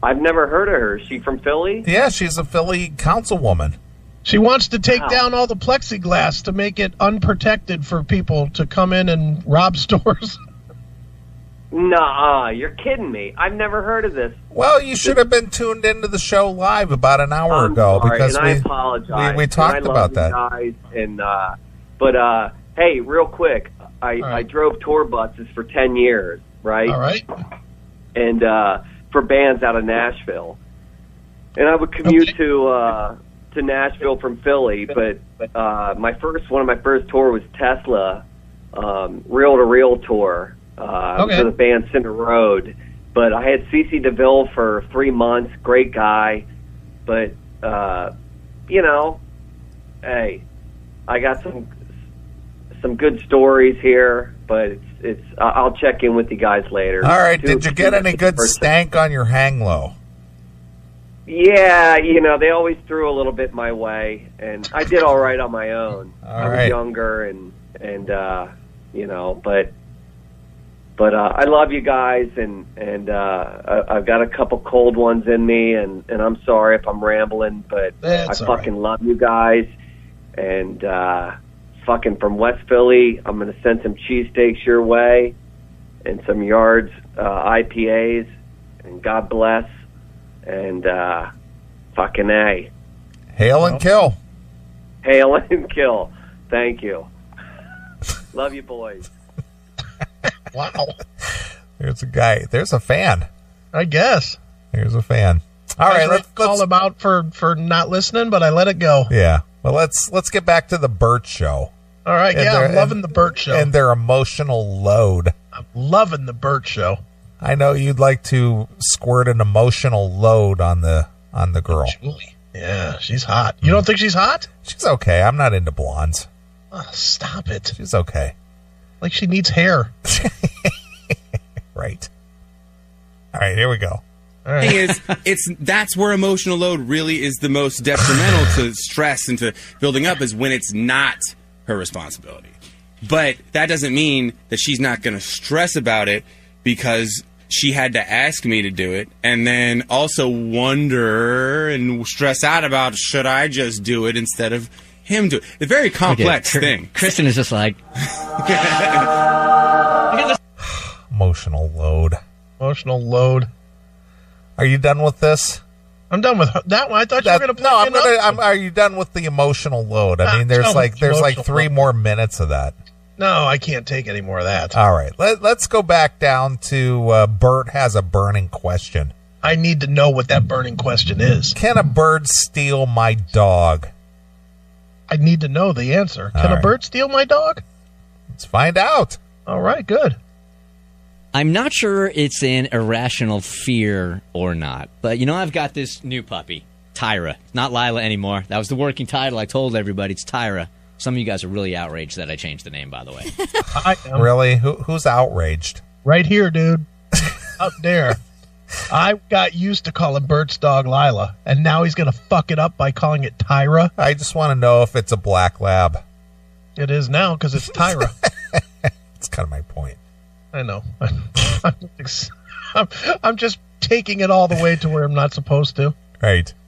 D: I've never heard of her. Is she from Philly?
B: yeah, she's a Philly councilwoman.
C: She wants to take down all the plexiglass to make it unprotected for people to come in and rob stores.
D: Nah, you're kidding me. I've never heard of this.
B: Well, you should have been tuned into the show live about an hour
D: I'm
B: ago
D: sorry,
B: because
D: and
B: we
D: I apologize.
B: we, we
D: And I
B: talked
D: love
B: about
D: you
B: that.
D: Guys and uh, but uh, hey, real quick, I,
C: right.
D: I drove tour buses for ten years, right?
C: All right.
D: And uh, for bands out of Nashville, and I would commute to uh, to Nashville from Philly. But uh, my first one of my first tour was Tesla, um, reel to reel tour uh,
C: Okay.
D: for the band Cinder Road. But I had CC DeVille for three months. Great guy, but uh, you know, hey, I got some some good stories here, but it's it's. I- I'll check in with you guys later.
B: All right,
D: Two-
B: did you get
D: two
B: any good
D: person-
B: stank on your hang low?
D: Yeah, you know they always threw a little bit my way, and I did all right on my own.
B: All
D: I was
B: right.
D: younger, and and uh, you know, but but uh, I love you guys, and and uh, I, I've got a couple cold ones in me, and and I'm sorry if I'm rambling, but
C: That's
D: I
C: all right.
D: fucking love you guys, and uh, fucking from West Philly, I'm gonna send some cheesesteaks your way, and some yards uh, IPAs, and God bless, and uh, fucking a
B: Hail and kill.
D: hail and kill. Thank you. love you, boys.
C: Wow.
B: There's a guy. There's a fan.
C: I guess.
B: There's a fan. All right,
C: I
B: let's,
C: call
B: let's
C: him out for for not listening, but I let it go.
B: yeah. Well, let's let's get back to the Burt show
C: All right.
B: And
C: Yeah,
B: there-
C: I'm loving
B: and-
C: the Burt show.
B: and their emotional load.
C: I'm loving the Burt show.
B: I know you'd like to squirt an emotional load on the on the girl.
C: Julie. Yeah, she's hot. You don't think she's hot?
B: She's okay. I'm not into blondes.
C: Oh, stop it.
B: She's okay.
C: Like she needs hair.
B: Right. All right, here we go.
C: All
F: thing
C: right.
F: is, it's that's where emotional load really is the most detrimental to stress and to building up is when it's not her responsibility. But that doesn't mean that she's not going to stress about it because she had to ask me to do it and then also wonder and stress out about should I just do it instead of him do it. The very complex
E: Cr-
F: thing.
E: Kristen is just like,
B: Emotional load.
C: Emotional load.
B: Are you done with this?
C: I'm done with her- that one. I thought you
B: That-
C: were gonna.
B: no, I'm
C: going
B: gonna. I'm, are you done with the emotional load? I
C: Ah,
B: mean, there's
C: no,
B: like there's like
C: emotional
B: three
C: load.
B: more minutes of that.
C: No, I can't take any more of that.
B: All right, let, let's go back down to uh, Bert has a burning question.
C: I need to know what that burning question is.
B: Can a bird steal my dog?
C: I need to know the answer. Can
B: All
C: a
B: right.
C: bird steal my dog?
B: Let's find out.
C: All right, good.
E: I'm not sure it's an irrational fear or not, but you know, I've got this new puppy, Tyra. Not Lila anymore. That was the working title I told everybody. It's Tyra. Some of you guys are really outraged that I changed the name, by the way.
C: I am
B: Really? Who, who's outraged?
C: right here, dude. Out there. I got used to calling Bert's dog Lila, and now he's gonna fuck it up by calling it Tyra.
B: I just want to know if it's a black lab.
C: It is now because it's Tyra.
B: That's kind of my point.
C: I know. I'm, I'm, just, I'm, I'm just taking it all the way to where I'm not supposed to.
B: Right.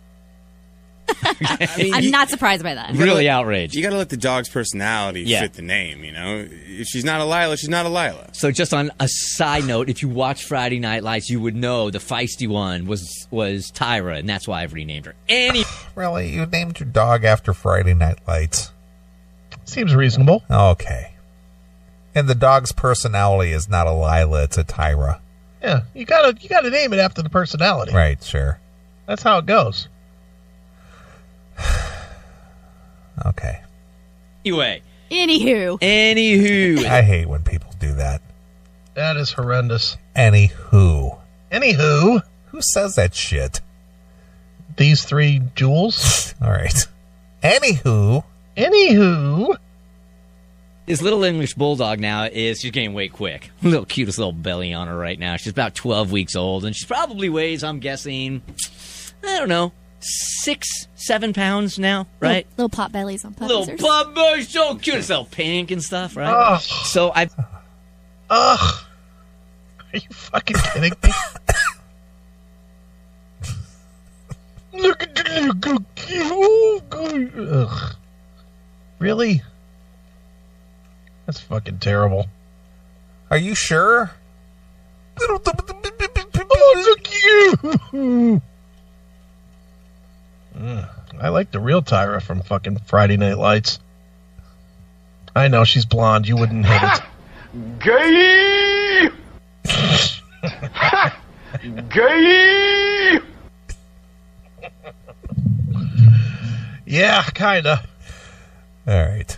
F: I mean,
G: I'm
F: you-
G: not surprised by that.
E: really outraged.
F: You got to let the dog's personality
E: Yeah.
F: fit the name, you know? If she's not a Lila, she's not a Lila.
E: So, just on a side note, if you watch Friday Night Lights, you would know the feisty one was was Tyra, and that's why I've renamed her. Any
B: Really? You named your dog after Friday Night Lights.
C: Seems reasonable.
B: Okay. And the dog's personality is not a Lila, it's a Tyra.
C: Yeah, you gotta you gotta name it after the personality.
B: Right, sure.
C: That's how it goes.
B: Okay.
E: anyway,
G: Anywho,
E: anywho,
B: I hate when people do that.
C: That is horrendous.
B: Anywho.
C: Anywho,
B: Who says that shit?
C: these three jewels.
B: All right. Anywho.
C: Anywho,
E: This little English bulldog now is she's gaining weight quick. Little cutest little belly on her right now. She's about twelve weeks old, and she's probably weighs, I'm guessing, I don't know, six, seven pounds now, right?
G: Little, little pot bellies on puppies.
E: Little
G: are-
E: pup, oh, so cute, it's all pink and stuff, right?
C: Ugh.
E: So I
C: ugh. Are you fucking kidding me? Look at the Ugh. Really? That's fucking terrible.
B: Are you sure?
C: Oh, look at you! Mm, I like the real Tyra from fucking Friday Night Lights. I know she's blonde. You wouldn't hit it.
H: Gay! Gay!
C: Yeah, kinda.
B: All right.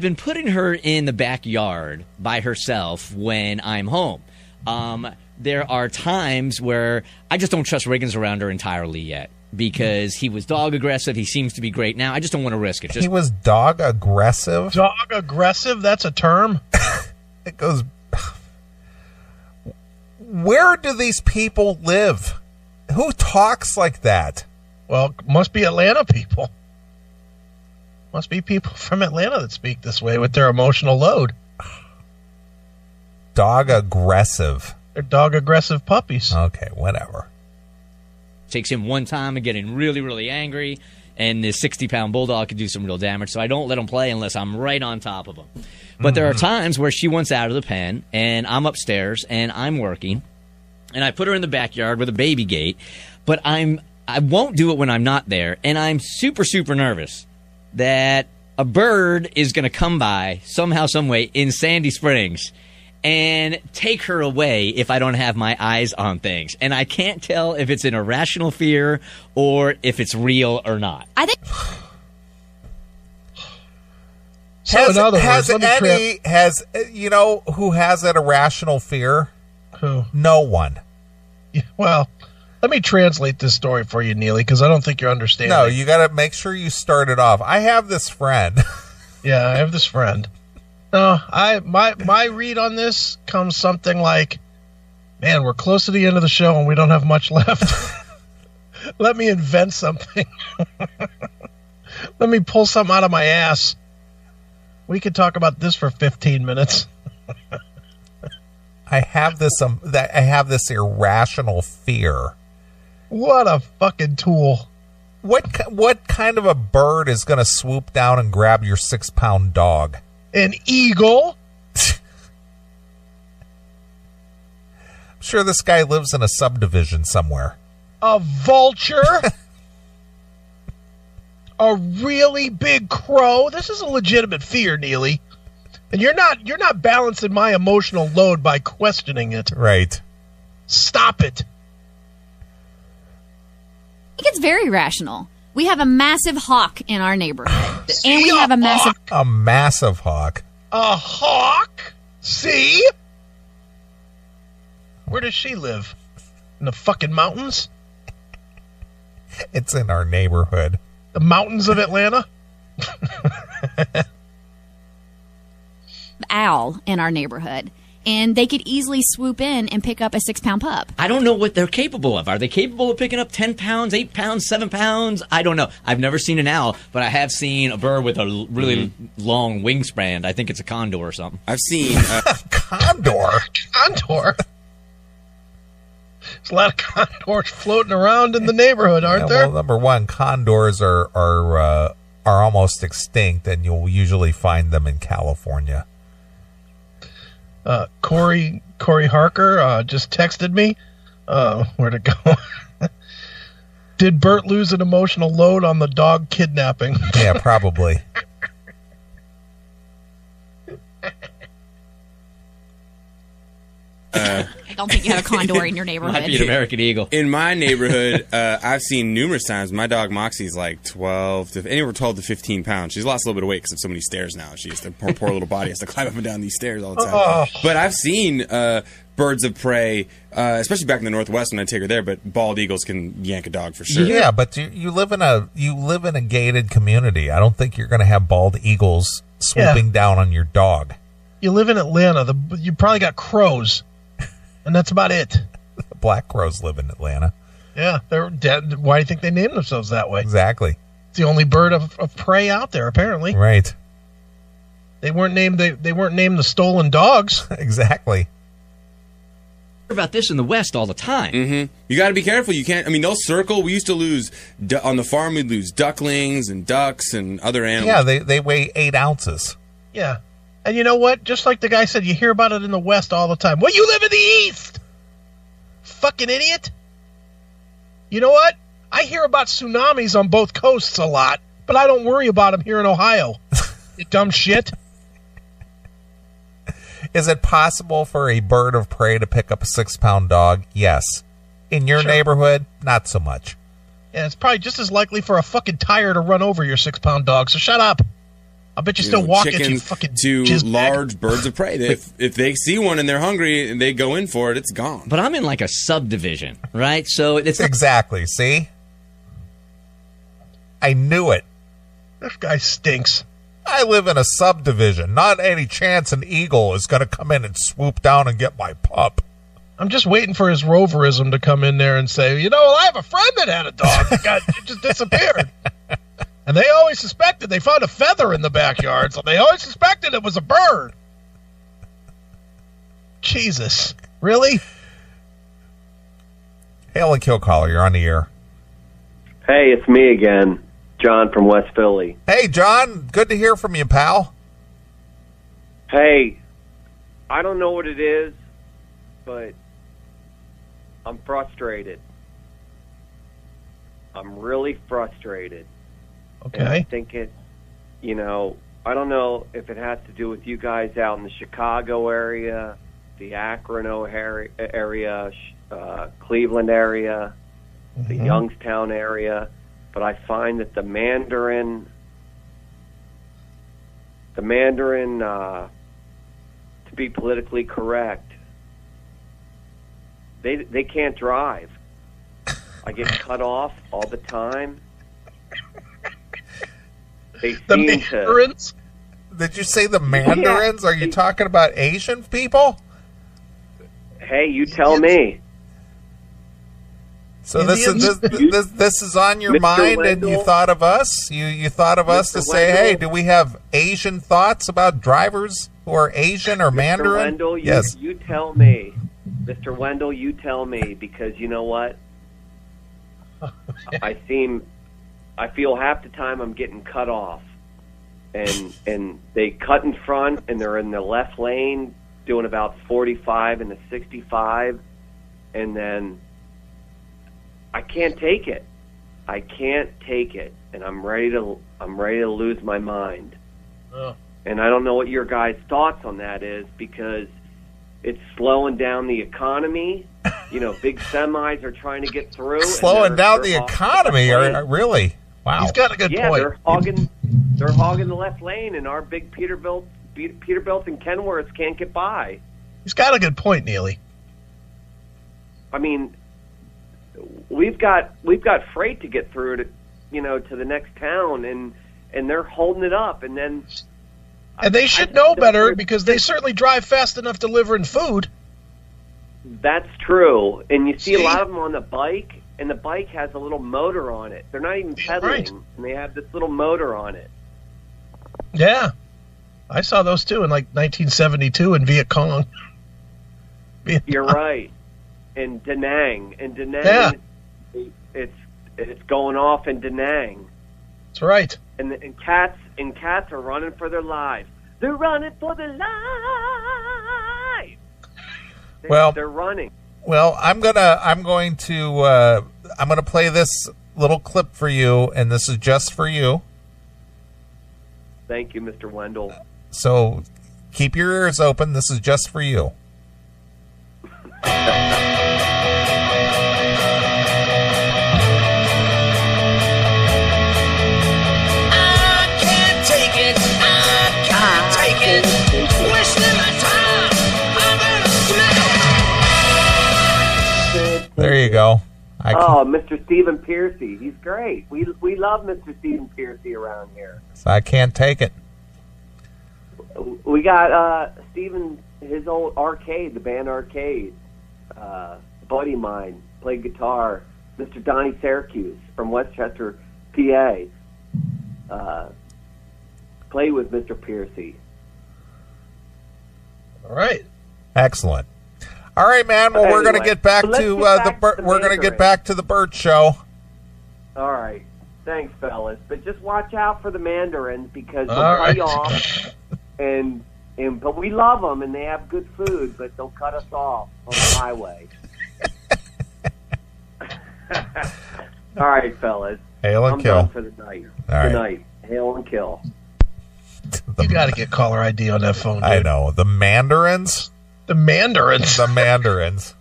E: been putting her in the backyard by herself when I'm home. Um, there are times where I just don't trust Reagan's around her entirely yet because he was dog aggressive. He seems to be great now. I just don't want to risk it.
B: He
E: Just
B: was dog aggressive.
C: Dog aggressive? That's a term?
B: It goes. Where do these people live? Who talks like that?
C: Well, must be Atlanta people. Must be people from Atlanta that speak this way with their emotional load.
B: Dog aggressive.
C: They're dog aggressive puppies.
B: Okay, whatever.
E: takes him one time of getting really, really angry. And this 60 pound bulldog could do some real damage. So I don't let him play unless I'm right on top of him. But there are times where she wants out of the pen and I'm upstairs and I'm working and I put her in the backyard with a baby gate, but I'm I won't do it when I'm not there, and I'm super super nervous that a bird is going to come by somehow some way in Sandy Springs and take her away if I don't have my eyes on things, and I can't tell if it's an irrational fear or if it's real or not.
G: I think
C: So,
B: has
C: Oh, in other
B: has
C: words, let me
B: any has uh, you know who has that irrational fear?
C: Who?
B: No one.
C: Yeah, Well, let me translate this story for you, Neely, because I don't think you're understanding.
B: No, you got to make sure you start it off. I have this friend.
C: Yeah, I have this friend. No, I my my read on this comes something like, "Man, we're close to the end of the show and we don't have much left. Let me invent something. Let me pull something out of my ass. We could talk about this for 15 minutes."
B: I have this um that I have this irrational fear.
C: What a fucking tool.
B: What ki- what kind of a bird is going to swoop down and grab your six pound dog?
C: An eagle?
B: I'm sure this guy lives in a subdivision somewhere.
C: a vulture, a really big crow. This is a legitimate fear, Neely. And you're not you're not balancing my emotional load by questioning it.
B: Right.
C: Stop it.
G: it's very rational. We have a massive hawk in our neighborhood, and we have a massive
B: A massive hawk.
C: A hawk? See? Where does she live? In the fucking mountains?
B: It's in our neighborhood.
C: The mountains of Atlanta?
G: owl in our neighborhood, and they could easily swoop in and pick up a six pound pup.
E: I don't know what they're capable of. Are they capable of picking up 10 pounds, 8 pounds, 7 pounds? I don't know. I've never seen an owl, but I have seen a bird with a l- really long wingspan. I think it's a condor or something.
F: I've seen. Uh,
B: Condor.
C: Condor. There's a lot of condors floating around in the neighborhood, aren't
B: Yeah,
C: there?
B: well, number one, condors are are uh, are almost extinct, and you'll usually find them in California.
C: uh, Corey Corey Harker uh, just texted me. Uh, where to go? Did Bert lose an emotional load on the dog kidnapping?
B: Yeah, probably.
G: I don't think you have a condor in your
E: Might be an
G: neighborhood.
E: American eagle.
F: in my neighborhood, uh, I've seen numerous times my dog Moxie's like 12 to anywhere 12 to 15 pounds. She's lost a little bit of weight because of so many stairs now. She's the poor, poor little body has to climb up and down these stairs all the time. But I've seen uh, birds of prey, uh, especially back in the Northwest when I take her there, but bald eagles can yank a dog for sure.
B: Yeah, but you, you live in a you live in a gated community. I don't think you're going to have bald eagles swooping down on your dog.
C: you live in Atlanta. The, you probably got crows, and that's about it.
B: The black crows live in Atlanta.
C: Yeah, they're dead. Why do you think they named themselves that way?
B: Exactly.
C: It's the only bird of, of prey out there. Apparently,
B: Right.
C: they weren't named. They, they weren't named the stolen dogs.
B: Exactly.
E: about this in the West all the time.
F: You got to be careful. You can't. I mean, they'll circle. We used to lose du- on the farm. We'd lose ducklings and ducks and other animals.
B: Yeah, they, they weigh eight ounces.
C: Yeah. And you know what? Just like the guy said, you hear about it in the West all the time. Well, you live in the East! Fucking idiot! You know what? I hear about tsunamis on both coasts a lot, but I don't worry about them here in Ohio. you dumb shit.
B: Is it possible for a bird of prey to pick up a six pound dog? Yes. In your neighborhood, not so much.
C: And it's probably just as likely for a fucking tire to run over your six pound dog, so shut up. I bet you still
F: know,
C: walk it, you
F: chickens
C: fucking
F: to
C: jizz bag.
F: large birds of prey. They- if, if they see one and they're hungry and they go in for it, it's gone.
E: But I'm in like a subdivision, right? So it's
B: Exactly. See? I knew it.
C: This guy stinks.
B: I live in a subdivision. Not any chance an eagle is going to come in and swoop down and get my pup.
C: I'm just waiting for his roverism to come in there and say, you know, well, I have a friend that had a dog that got it just disappeared. And they always suspected they found a feather in the backyard, so they always suspected it was a bird. Jesus. Really?
B: Hail and kill caller, you're on the air.
D: Hey, it's me again, John from West Philly.
B: Hey, John, good to hear from you, pal.
D: Hey, I don't know what it is, but I'm frustrated. I'm really frustrated. And I
C: Okay.
D: think it, you know, I don't know if it has to do with you guys out in the Chicago area, the Akron O'Hare area, sh- uh, Cleveland area, the Youngstown area, but I find that the Mandarin, the Mandarin, uh, to be politically correct, they they can't drive. I get cut off all the time. They
C: The
D: seem to.
C: Mandarins?
B: Did you say the Mandarins? Are you talking about Asian people?
D: Hey, you tell me.
B: So this is
C: Indians?
B: this, this this is on your
D: Mr.
B: mind, and you
D: Wendell?
B: thought of us. You you thought of us to
D: Mr.
B: say, "Hey, do
D: Wendell?
B: we have Asian thoughts about drivers who are Asian or
D: Mr.
B: Mandarin?"
D: Wendell, you,
B: yes.
D: you tell me. Mr. Wendell, you tell me because you know what? I seem I feel half the time I'm getting cut off. And and they cut in front and they're in the left lane doing about 45 and a 65 and then I can't take it. I can't take it and I'm ready to I'm ready to lose my mind.
C: Oh.
D: And I don't know what your guys' thoughts on that is because it's slowing down the economy. You know, big semis are trying to get through. and
B: Slowing
D: they're-
B: down
D: they're
B: the
D: hog-
B: economy, are, are- really? Wow.
C: He's got a good
D: yeah,
C: point.
D: they're hogging. They're hogging the left lane, and our big Peterbilt, Pe- Peterbilt and Kenworths can't get by.
C: He's got a good point, Neely.
D: I mean, we've got we've got freight to get through to, you know, to the next town, and and they're holding it up, and then
C: And they should know better because they certainly drive fast enough delivering food.
D: That's true. And you see,
C: See?
D: a lot of them on the bike, and the bike has a little motor on it. They're not even
C: Yeah,
D: pedaling,
C: right.
D: and they have this little motor on it.
C: Yeah. I saw those too in like 1972 in Viet Cong.
D: You're right. And Da Nang. And Da Nang,
C: Yeah.
D: it's, it's going off in Da Nang.
C: That's right.
D: And, and cats and cats are running for their lives. They're running for their lives. They-
B: Well-
D: they're running.
B: Well, I'm gonna I'm going to uh, I'm gonna play this little clip for you, and this is just for you.
D: Thank you, Mr. Wendell.
B: So keep your ears open. This is just for you. There you go. I can,
D: Oh, Mr. Stephen Piercy. He's great. We, we love Mr. Stephen Piercy around here.
B: I can't take it.
D: We got uh, Steven, his old arcade, the band Arcade. Uh, a buddy of mine played guitar, Mr. Donnie Syracuse from Westchester, PA. Uh, played with Mr. Piercy.
C: All right.
B: Excellent. All right, man. Well, we're gonna
D: Anyway,
B: get back
D: let's
B: to
D: get
B: uh,
D: back
B: the
D: to
B: bir-
D: the
B: we're gonna get
D: Mandarin.
B: back to the bird show.
D: All right. Thanks, fellas. But just watch out for the Mandarins because they'll
C: All
D: play
C: right.
D: off. And, and but we love them and they have good food, but they'll cut us off on the highway. All right, fellas.
B: Hail and
D: I'm
B: kill.
D: done for the night.
B: All
D: Good
B: right.
D: night. Hail and kill.
B: The-
C: You got to get caller ID on that phone. Dude.
B: I know the mandarins.
C: The Mandarins.
B: The mandarins.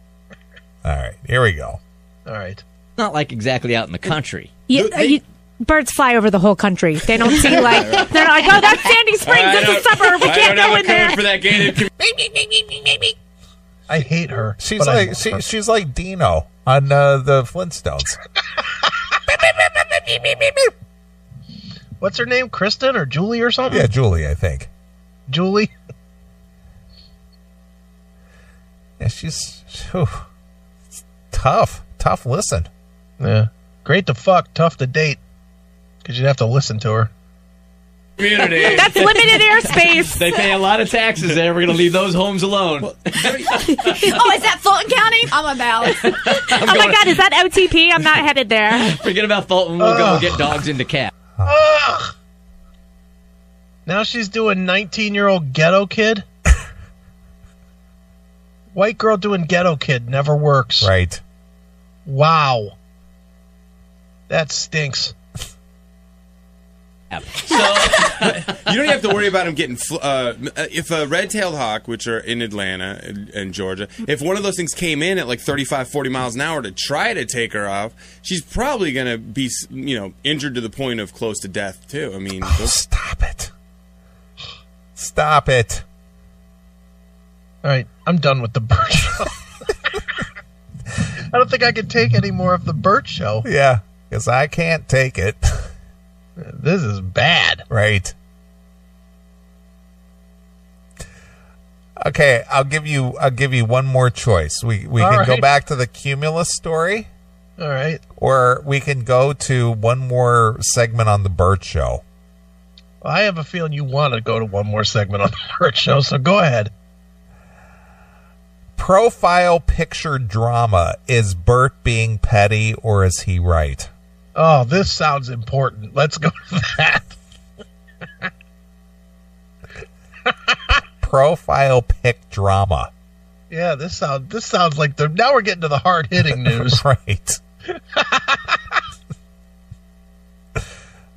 B: All right, here we go.
C: All right.
E: Not like exactly out in the country.
I: You,
F: They-
I: you, birds fly over the whole country. They don't see like they're not like, oh, that's Sandy Springs.
F: I
I: That's a
F: don't-
I: suburb. We
F: I
I: can't
F: don't have
I: go
F: a
I: in there.
F: code for that gated community.
C: I hate her.
B: She's
C: but I
B: like
C: love
B: she,
C: her.
B: she's like Dino on uh, the Flintstones.
C: What's her name? Kristen or Julie or something?
B: Yeah, Julie, I think.
C: Julie.
B: Yeah, she's whew. tough, tough. Listen,
C: Yeah. Great to fuck, tough to date. Because you'd have to listen to her.
F: community.
I: That's limited airspace.
E: They pay a lot of taxes there. We're going to leave those homes alone.
G: oh, is that Fulton County? I'm about.
I: Oh my God, is that OTP? I'm not headed there.
E: Forget about Fulton. We'll go get dogs into cats.
C: Ugh. Now she's doing 19 year old ghetto kid. White girl doing ghetto kid never works.
B: right?
C: Wow. That stinks.
E: So.
F: you don't have to worry about them getting fl- uh, if a red-tailed hawk which are in atlanta and, and georgia if one of those things came in at like 35 40 miles an hour to try to take her off she's probably going to be s- you know injured to the point of close to death too i mean those-
B: Stop it. Stop it.
C: All right, I'm done with the Burt Show. I don't think I can take any more of the Burt Show.
B: Yeah, because I can't take it.
C: This is bad.
B: right. Okay, I'll give you. I'll give you one more choice. We we
C: All
B: can go
C: right.
B: back to the cumulus story,
C: All right.
B: or we can go to one more segment on the Burt Show.
C: Well, I have a feeling you want to go to one more segment on the Burt Show, so go ahead.
B: Profile picture drama: Is Burt being petty, or is he right?
C: Oh, this sounds important. Let's go to that.
B: Profile pic drama.
C: Yeah, this sounds this sounds like the now we're getting to the hard hitting news.
B: Right.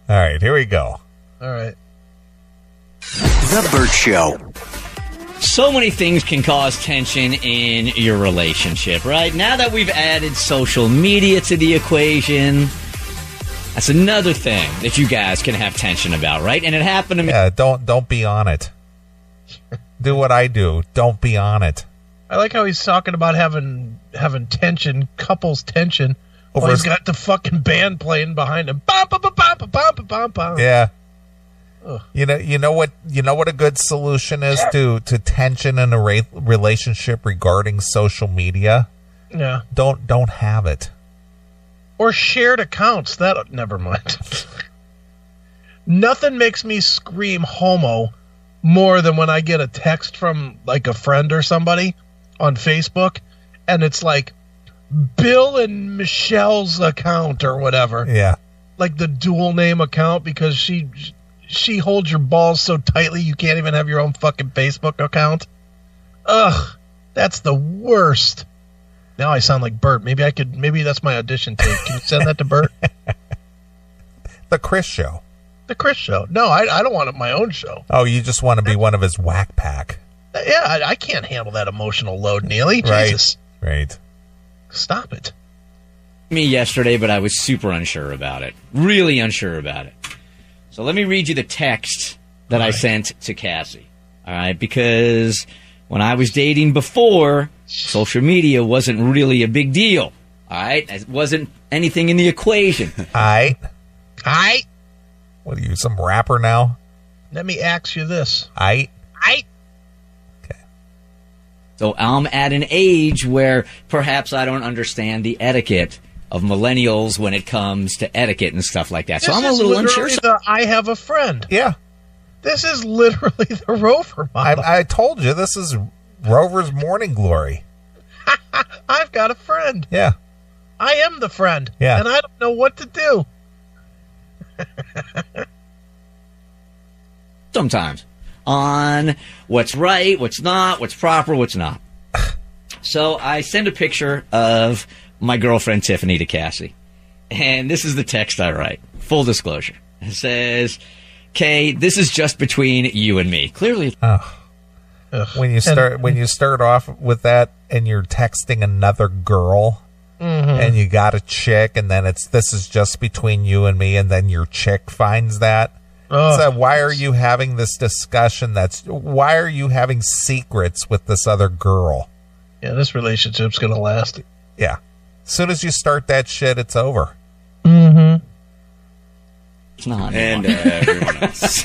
B: All right, here we go.
C: All right.
A: The Burt Show.
E: So many things can cause tension in your relationship, right? Now that we've added social media to the equation, that's another thing that you guys can have tension about, right? And it happened to me.
B: Yeah, don't don't be on it. Do what I do. Don't be on it.
C: I like how he's talking about having having tension, couples tension.
B: Over
C: Well, he's
B: his-
C: got the fucking band playing behind him. Bum, bum, bum, bum, bum, bum, bum, bum.
B: Yeah. You know, you know what, you know what a good solution is to to tension in a ra- relationship regarding social media.
C: yeah.
B: Don't don't have it.
C: Or shared accounts. That never mind. Nothing makes me scream homo more than when I get a text from like a friend or somebody on Facebook and it's like Bill and Michelle's account or whatever.
B: Yeah.
C: like the dual name account because she she holds your balls so tightly you can't even have your own fucking Facebook account. Ugh, that's the worst. Now I sound like Bert. Maybe I could. Maybe that's my audition tape. Can you send that to Bert?
B: The Chris show.
C: The Chris Show. No, I, I don't want it my own show.
B: Oh, you just want to be one of his whack pack,
C: Yeah, I, I can't handle that emotional load, Neely.
B: right?
C: Jesus,
B: Right.
C: stop it.
E: me yesterday, but I was super unsure about it. Really unsure about it. So let me read you the text that I sent to Cassie. All right, because when I was dating before, social media wasn't really a big deal. All right, it wasn't anything in the equation.
B: I.
C: I
B: What are you, some rapper now?
C: let me ask you this.
B: I.
C: I
E: So I'm at an age where perhaps I don't understand the etiquette of millennials when it comes to etiquette and stuff like that. So
C: this
E: I'm a
C: is
E: little unsure.
C: literally the I have a friend.
B: Yeah.
C: This is literally the Rover model.
B: I, I told you this is Rover's Morning Glory.
C: I've got a friend.
B: Yeah.
C: I am the friend.
B: Yeah.
C: And I don't know what to do.
E: sometimes on what's right, what's not, what's proper, what's not. So I send a picture of my girlfriend Tiffany to Cassie. And this is the text I write. Full disclosure. It says, Kay, this is just between you and me. Clearly,
B: When you start when you start off with that and you're texting another girl
C: Mm-hmm.
B: and you got a chick and then it's this is just between you and me and then your chick finds that.
C: Ugh.
B: so why are you having this discussion that's why are you having secrets with this other girl?
C: Yeah, this relationship's gonna last.
B: Yeah. As soon as you start that shit, it's over.
E: it's not.
F: and uh, everyone else.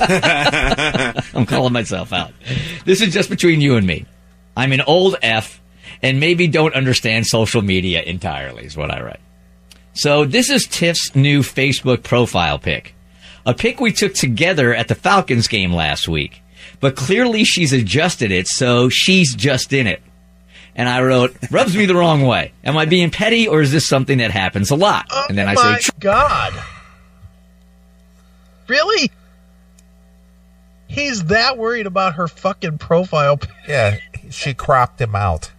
E: I'm calling myself out. This is just between you and me. I'm an old F and maybe don't understand social media entirely, is what I write. So this is Tiff's new Facebook profile pic. A pic we took together at the Falcons game last week. But clearly she's adjusted it, so she's just in it. And I wrote, rubs me the wrong way. Am I being petty or is this something that happens a lot? and then I
C: Oh my
E: say,
C: God. Really? He's that worried about her fucking profile. pic-
B: Yeah, she cropped him out.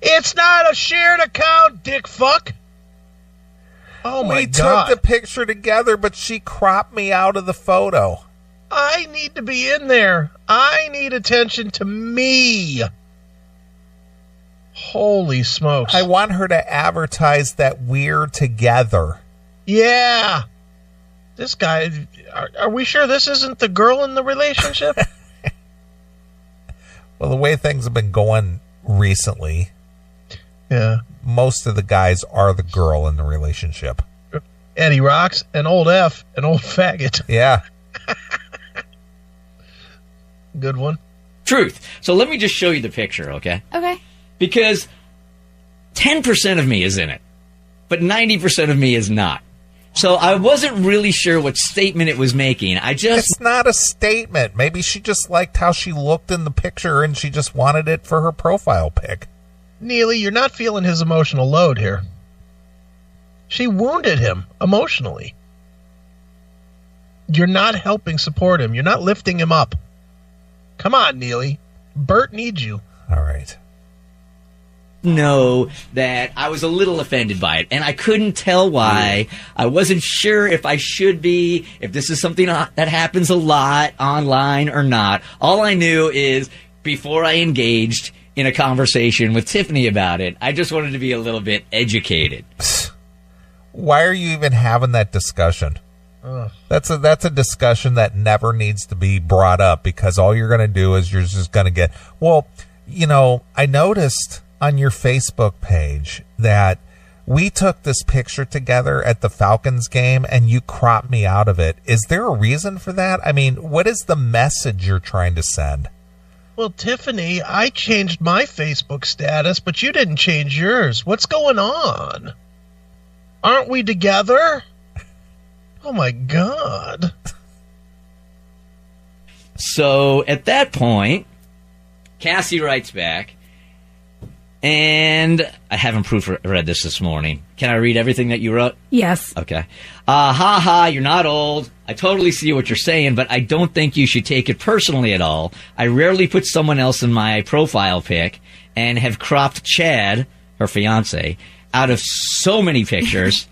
C: It's not a shared account, dick fuck. Oh my
B: we
C: god.
B: took the picture together, but she cropped me out of the photo.
C: I need to be in there. I need attention to me. Holy smokes.
B: I want her to advertise that we're together.
C: yeah. This guy, are, are we sure this isn't the girl in the relationship?
B: Well, the way things have been going recently,
C: yeah.
B: most of the guys are the girl in the relationship.
C: Eddie Rocks, an old F, an old faggot.
B: Yeah.
C: Good one.
E: truth. So let me just show you the picture, okay?
G: Okay.
E: because 10% of me is in it, but 90% of me is not. So I wasn't really sure what statement it was making. I just
B: It's not a statement. Maybe she just liked how she looked in the picture and she just wanted it for her profile pic.
C: Neely, you're not feeling his emotional load here. She wounded him emotionally. You're not helping support him. You're not lifting him up. Come on, Neely. Bert needs you.
B: All right.
E: know that I was a little offended by it, and I couldn't tell why. I wasn't sure if I should be, if this is something o- that happens a lot online or not. All I knew is before I engaged in a conversation with Tiffany about it, I just wanted to be a little bit educated.
B: Why are you even having that discussion? That's a that's a discussion that never needs to be brought up because all you're going to do is you're just going to get well, you know, I noticed on your Facebook page that we took this picture together at the Falcons game and you cropped me out of it. Is there a reason for that? I mean, what is the message you're trying to send?
C: Well, Tiffany, I changed my Facebook status, but you didn't change yours. What's going on? Aren't we together? Oh my god.
E: So at that point, Cassie writes back, and I haven't proofread this this morning. Can I read everything that you wrote?
I: Yes.
E: Okay. Uh, ha ha, you're not old. I totally see what you're saying, but I don't think you should take it personally at all. I rarely put someone else in my profile pic and have cropped Chad, her fiance, out of so many pictures.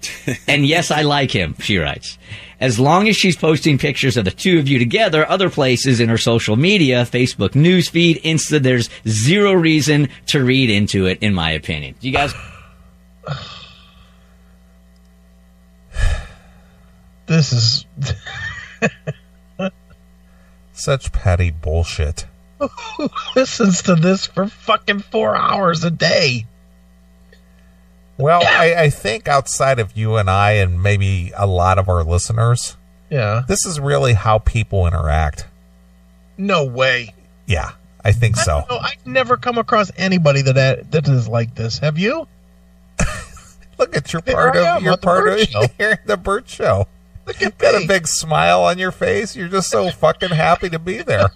E: and yes, I like him, she writes. As long as she's posting pictures of the two of you together, other places in her social media, Facebook newsfeed, Insta, there's zero reason to read into it, in my opinion. Do you guys
C: This is
B: Such petty bullshit.
C: who listens to this for fucking 4 hours a day?
B: Well, I, I think outside of you and I and maybe a lot of our listeners,
C: Yeah.
B: this is really how people interact.
C: No way.
B: Yeah, I think so.
C: No, I've never come across anybody that that is like this. Have you?
B: Look at your
C: There
B: part
C: I
B: of
C: am
B: you're
C: on the
B: part
C: bird
B: of
C: show.
B: you're in the bird show.
C: Look at
B: Got a
C: me.
B: big smile on your face. You're just so fucking happy to be there.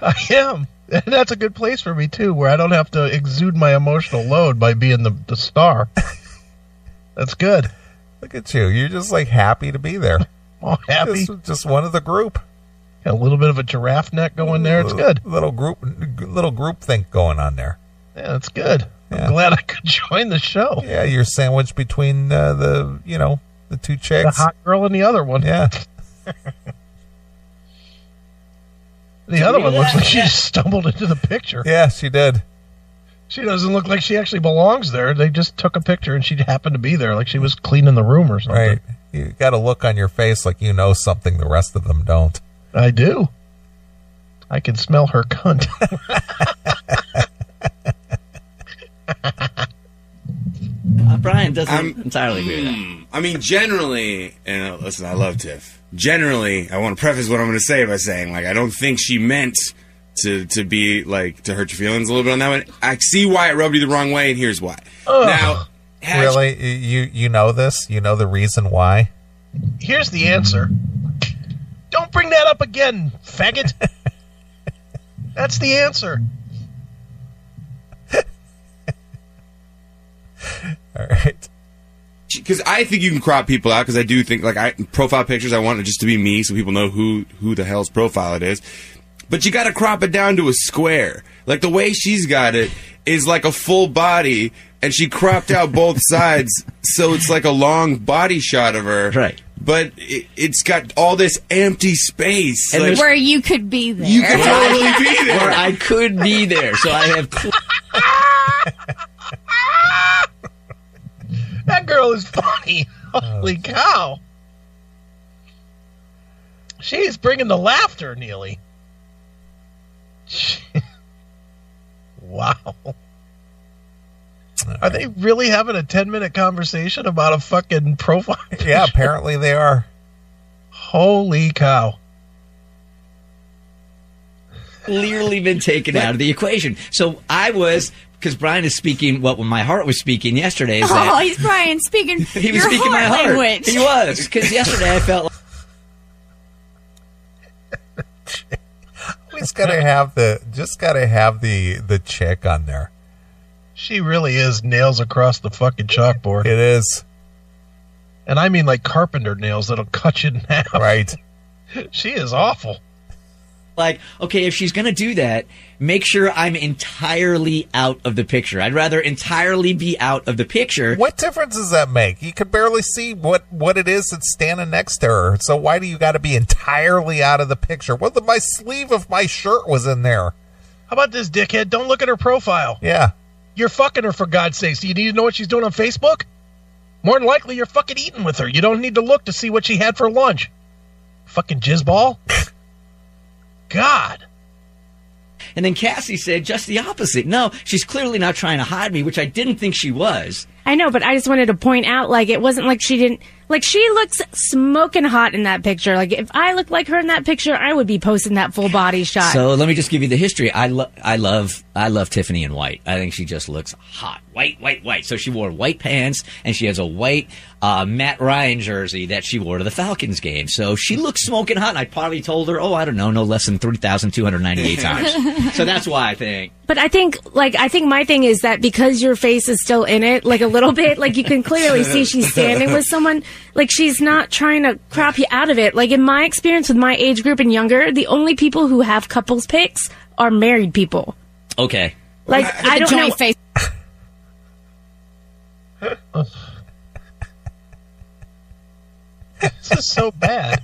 C: I am. That's a good place for me too, where I don't have to exude my emotional load by being the, the star. That's good.
B: Look at you. You're just like happy to be there.
C: All happy.
B: Just, just one of the group.
C: Got a little bit of a giraffe neck going there. It's good.
B: Little group, little group think going on there.
C: Yeah, that's good.
B: Yeah.
C: I'm glad I could join the show.
B: Yeah, you're sandwiched between uh, the you know the two
C: The
B: chicks.
C: hot girl and the other one.
B: yeah,
C: The other one looks like she just stumbled into the picture.
B: yeah, she did.
C: She doesn't look like she actually belongs there. They just took a picture and she happened to be there, like she was cleaning the room or something.
B: Right. You got a look on your face like you know something the rest of them don't.
C: I do. I can smell her cunt.
E: Uh, Brian doesn't
F: I'm-
E: entirely agree with that.
F: I mean, generally, and uh, listen, I love Tiff. Generally, I want to preface what I'm going to say by saying, like, I don't think she meant to to be like to hurt your feelings a little bit on that one. I see why it rubbed you the wrong way, and here's why. Now, had she-
B: Really, you you know this. You know the reason why.
C: Here's the answer. Don't bring that up again, faggot. That's the answer.
B: All right.
F: because I think you can crop people out because I do think like I profile pictures I want it just to be me so people know who who the hell's profile it is. But you got to crop it down to a square. Like the way she's got it is like a full body, and she cropped out both sides, so it's like a long body shot of her.
E: Right.
F: But it, it's got all this empty space.
E: And
F: like,
G: where you could be there.
F: you could totally be
E: Or
F: there.
E: I could be there, so I have. Cl-
C: That girl is funny. Holy cow. She's bringing the laughter, Neely. wow. Are they really having a 10 minute conversation about a fucking profile?
B: Yeah, apparently they are.
C: Holy cow.
E: clearly been taken out of the equation. So I was because Brian is speaking what my heart was speaking yesterday is
G: Oh,
E: that
G: he's Brian speaking.
E: he was
G: Oh, your
E: speaking my
G: heart
E: heart.
G: language.
E: He was because yesterday I felt like
B: Always gotta have the just gotta have the the chick on there.
C: She really is nails across the fucking chalkboard.
B: It is
C: And I mean like carpenter nails that'll cut you in half.
B: right.
C: She is awful.
E: like okay if she's gonna do that make sure I'm entirely out of the picture. I'd rather entirely be out of the picture.
B: What difference does that make? You could barely see what what it is that's standing next to her. So why do you got to be entirely out of the picture? Well, the, my sleeve of my shirt was in there.
C: How about this dickhead? Don't look at her profile.
B: Yeah,
C: You're fucking her for God's sakes. Do you need to know what she's doing on Facebook? More than likely, you're fucking eating with her. You don't need to look to see what she had for lunch. Fucking jizzball. God.
E: And then Cassie said just the opposite. No, she's clearly not trying to hide me, which I didn't think she was.
I: I know, but I just wanted to point out, like, it wasn't like she didn't. Like, she looks smoking hot in that picture. Like, if I looked like her in that picture, I would be posting that full body shot.
E: So let me just give you the history. I, lo- I love I love Tiffany in white. I think she just looks hot. White, white, white. So she wore white pants and she has a white uh, Matt Ryan jersey that she wore to the Falcons game. So she looks smoking hot. And I probably told her, oh, I don't know, no less than 3,298 times. so that's why I think.
I: But I think, like, I think my thing is that because your face is still in it, like a little bit, like you can clearly see she's standing with someone. Like she's not trying to crop you out of it. Like in my experience with my age group and younger, the only people who have couples pics are married people.
E: Okay.
I: Like I, don't know.
G: Joint face.
C: This is so bad.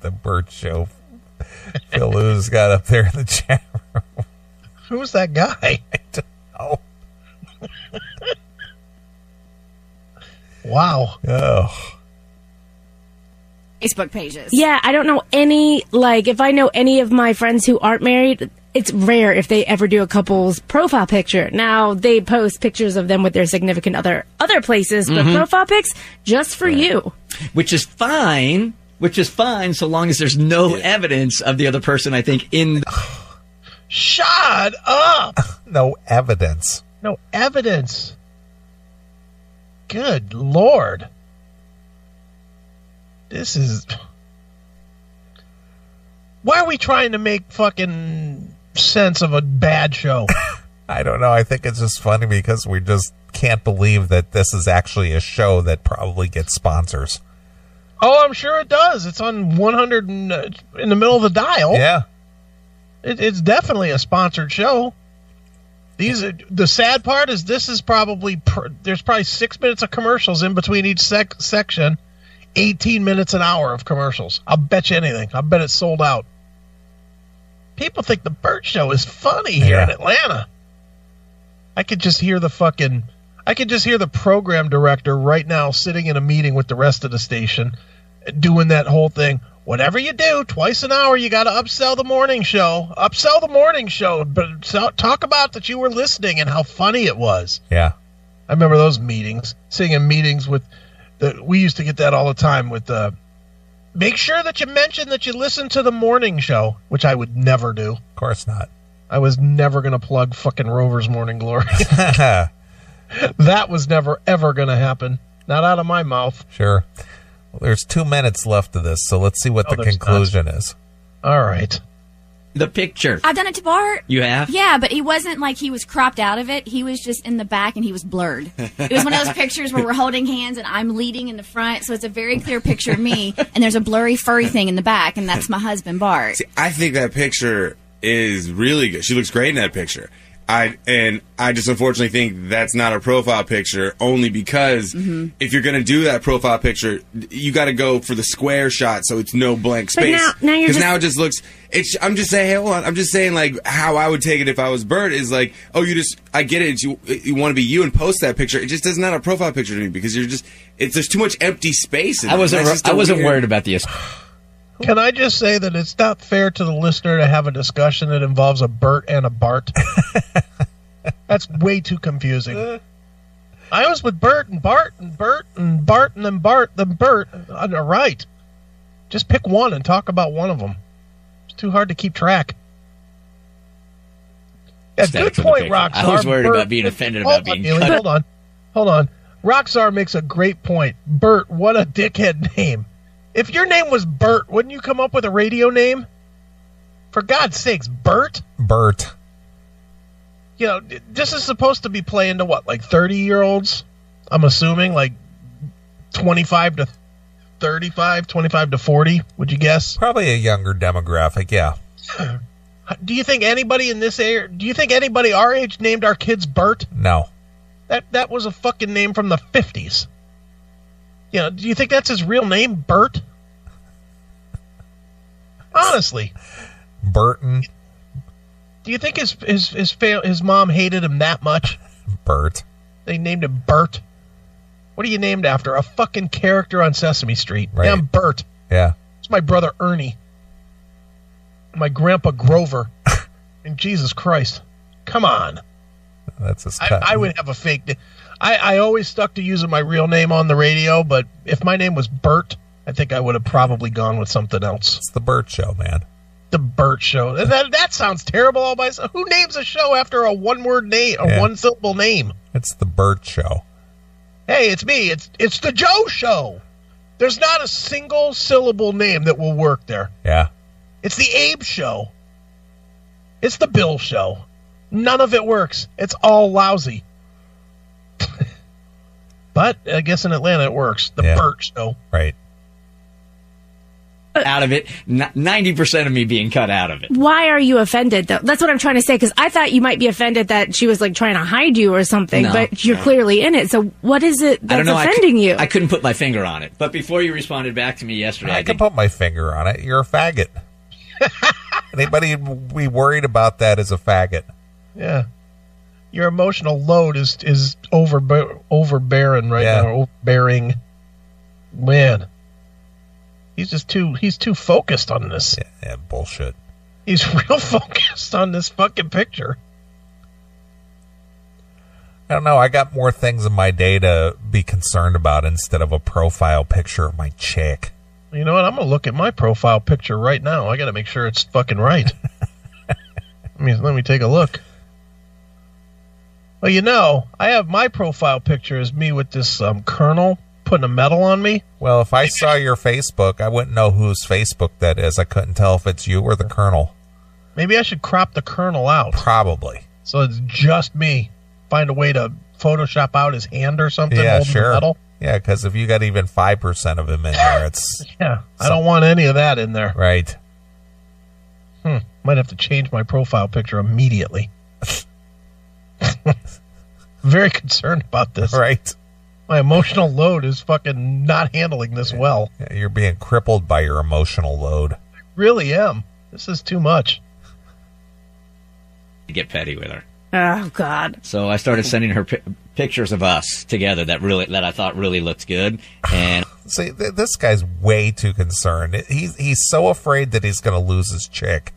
B: the bird show. Phil Lou's got up there in the chat room.
C: Who's that guy?
B: Oh,
C: Wow.
B: oh.
G: Facebook pages.
I: Yeah, I don't know any. Like if I know any of my friends who aren't married. It's rare if they ever do a couple's profile picture. Now they post pictures of them with their significant other other places, but profile pics just for you.
E: Which is fine. Which is fine so long as there's no evidence of the other person, I think, in.
C: Shut up.
B: No evidence.
C: No evidence. Good lord. This is. Why are we trying to make fucking sense of a bad show.
B: I don't know. I think it's just funny because we just can't believe that this is actually a show that probably gets sponsors.
C: oh, I'm sure it does. It's on 100 and, uh, in the middle of the dial.
B: Yeah.
C: It, it's definitely a sponsored show. These are, the sad part is this is probably pr- there's probably six minutes of commercials in between each sec- section, eighteen minutes an hour of commercials. I'll bet you anything. I bet it's sold out. People think the Burt Show is funny here in
B: Yeah.
C: Atlanta. I could just hear the fucking I could just hear the program director right now sitting in a meeting with the rest of the station doing that whole thing. Whatever you do, twice an hour, you got to upsell the morning show. Upsell the morning show, but so- talk about that you were listening and how funny it was.
B: Yeah.
C: I remember those meetings, sitting in meetings with. The, we used to get that all the time with. Uh, Make sure that you mention that you listen to the morning show, which I would never do.
B: Of course not.
C: I was never going to plug fucking Rover's Morning Glory. that was never, ever going to happen. Not out of my mouth.
B: Sure. Well, there's two minutes left of this, so let's see what
C: No,
B: the
C: there's
B: conclusion is.
C: All right.
E: The picture.
G: I've done it to Bart.
E: You have?
G: Yeah, but he wasn't like he was cropped out of it. He was just in the back and he was blurred. It was one of those pictures where we're holding hands and I'm leading in the front, so it's a very clear picture of me. And there's a blurry furry thing in the back, and that's my husband Bart.
F: I think that picture is really good. She looks great in that picture. I and I just unfortunately think that's not a profile picture only because
I: Mm-hmm.
F: if you're going to do that profile picture, you got to go for the square shot so it's no blank
I: But
F: space.
I: now- now you're just-
F: now it just looks. It's. I'm just saying. Hey, hold on. I'm just saying like how I would take it if I was Bert is like, oh, you just. I get it. You you want to be you and post that picture. It just does not a profile picture to me because you're just. It's there's too much empty space. In
E: I
F: it.
E: wasn't.
F: That's just
E: I
F: a
E: wasn't
F: weird-
E: worried about the.
C: Can I just say that it's not fair to the listener to have a discussion that involves a Bert and a Bart? That's way too confusing. I was with Bert and Bart and Bert and Bart and then Bart then Bert. All right. Just pick one and talk about one of them. It's too hard to keep track. Yeah,
E: Static
C: good
E: with the
C: point,
E: picture.
C: Roxar.
E: I was worried
C: Bert-
E: about being offended
C: Hold
E: about
C: on,
E: being
C: Neely,
E: cut.
C: Hold on. Hold on. Roxar makes a great point. Bert, what a dickhead name. If your name was Bert, wouldn't you come up with a radio name? For God's sakes, Bert?
B: Bert.
C: You know, th- this is supposed to be playing to what, like 30 year olds? I'm assuming, like 25 to 35, 25 to 40, would you guess?
B: Probably a younger demographic, yeah.
C: Do you think anybody in this area, do you think anybody our age named our kids Bert?
B: No.
C: That that was a fucking name from the fifties. You know, do you think that's his real name, Bert? Honestly,
B: Burton.
C: do you think his his his fa- his mom hated him that much?
B: Bert.
C: They named him Bert. What are you named after? A fucking character on Sesame Street.
B: Right.
C: Yeah, I'm Bert.
B: Yeah.
C: It's my brother Ernie. My grandpa Grover. and Jesus Christ, come on.
B: That's his cut.
C: I, I would have a fake. na- I, I always stuck to using my real name on the radio, but if my name was Bert, I think I would have probably gone with something else.
B: It's the Bert show, man.
C: The Bert Show. That, that sounds terrible all by itself. Who names a show after a one word name, a
B: Yeah.
C: one syllable name?
B: It's the Bert show.
C: Hey, it's me. It's it's the Joe Show. There's not a single syllable name that will work there.
B: Yeah.
C: It's the Abe Show. It's the Bill Show. None of it works. It's all lousy. but I guess in Atlanta it works. The
B: Yeah.
C: Burt Show.
B: Right.
E: Out of it. Ninety percent of me being cut out of it.
I: Why are you offended though? That's what I'm trying to say because I thought you might be offended that she was like trying to hide you or something,
E: No.
I: but you're clearly in it. So what is it
E: I
I: that's
E: don't know.
I: offending
E: I, cou-
I: you?
E: I couldn't put my finger on it. But before you responded back to me yesterday, I,
B: I can
E: did-
B: put my finger on it. You're a faggot. Anybody who'd be worried about that is a faggot.
C: Yeah. Your emotional load is is overbe- overbearing right
B: Yeah.
C: now. Overbearing. Man. He's just too he's too focused on this.
B: Yeah, yeah, bullshit.
C: He's real focused on this fucking picture.
B: I don't know. I got more things in my day to be concerned about instead of a profile picture of my chick.
C: You know what? I'm gonna look at my profile picture right now. I gotta make sure it's fucking right. I mean, let me take a look. Well, you know, I have my profile picture as me with this um, colonel putting a medal on me.
B: Well, if I saw your Facebook, I wouldn't know whose Facebook that is. I couldn't tell if it's you or the Colonel.
C: Maybe I should crop the colonel out
B: Probably.
C: so it's just me. Find a way to Photoshop out his hand or something.
B: yeah,
C: holding the
B: sure.
C: medal.
B: Yeah, because if you got even five percent of him in there, it's
C: Yeah, I don't want any of that in there.
B: right.
C: Might have to change my profile picture immediately. Very concerned about this.
B: Right.
C: My emotional load is fucking not handling this well.
B: Yeah, you're being crippled by your emotional load.
C: Really am. This is too much.
E: to get petty with her.
I: Oh God.
E: So I started sending her pi- pictures of us together that really that I thought really looked good, and
B: See, th- this guy's way too concerned. He's he's so afraid that he's going to lose his chick,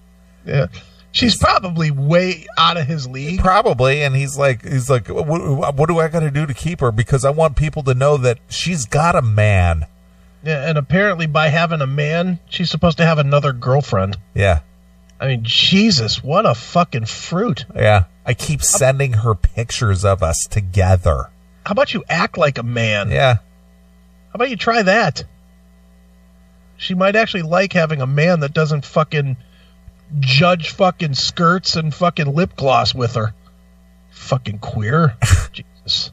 C: Yeah. She's probably way out of his league.
B: probably. And he's like, he's like, what, what do I got to do to keep her? Because I want people to know that she's got a man.
C: Yeah, and apparently by having a man, she's supposed to have another girlfriend.
B: Yeah,
C: I mean, Jesus, what a fucking fruit.
B: yeah. I keep sending her pictures of us together.
C: How about you act like a man?
B: Yeah,
C: How about you try that? She might actually like having a man that doesn't fucking judge fucking skirts and fucking lip gloss with her. Fucking queer. Jesus.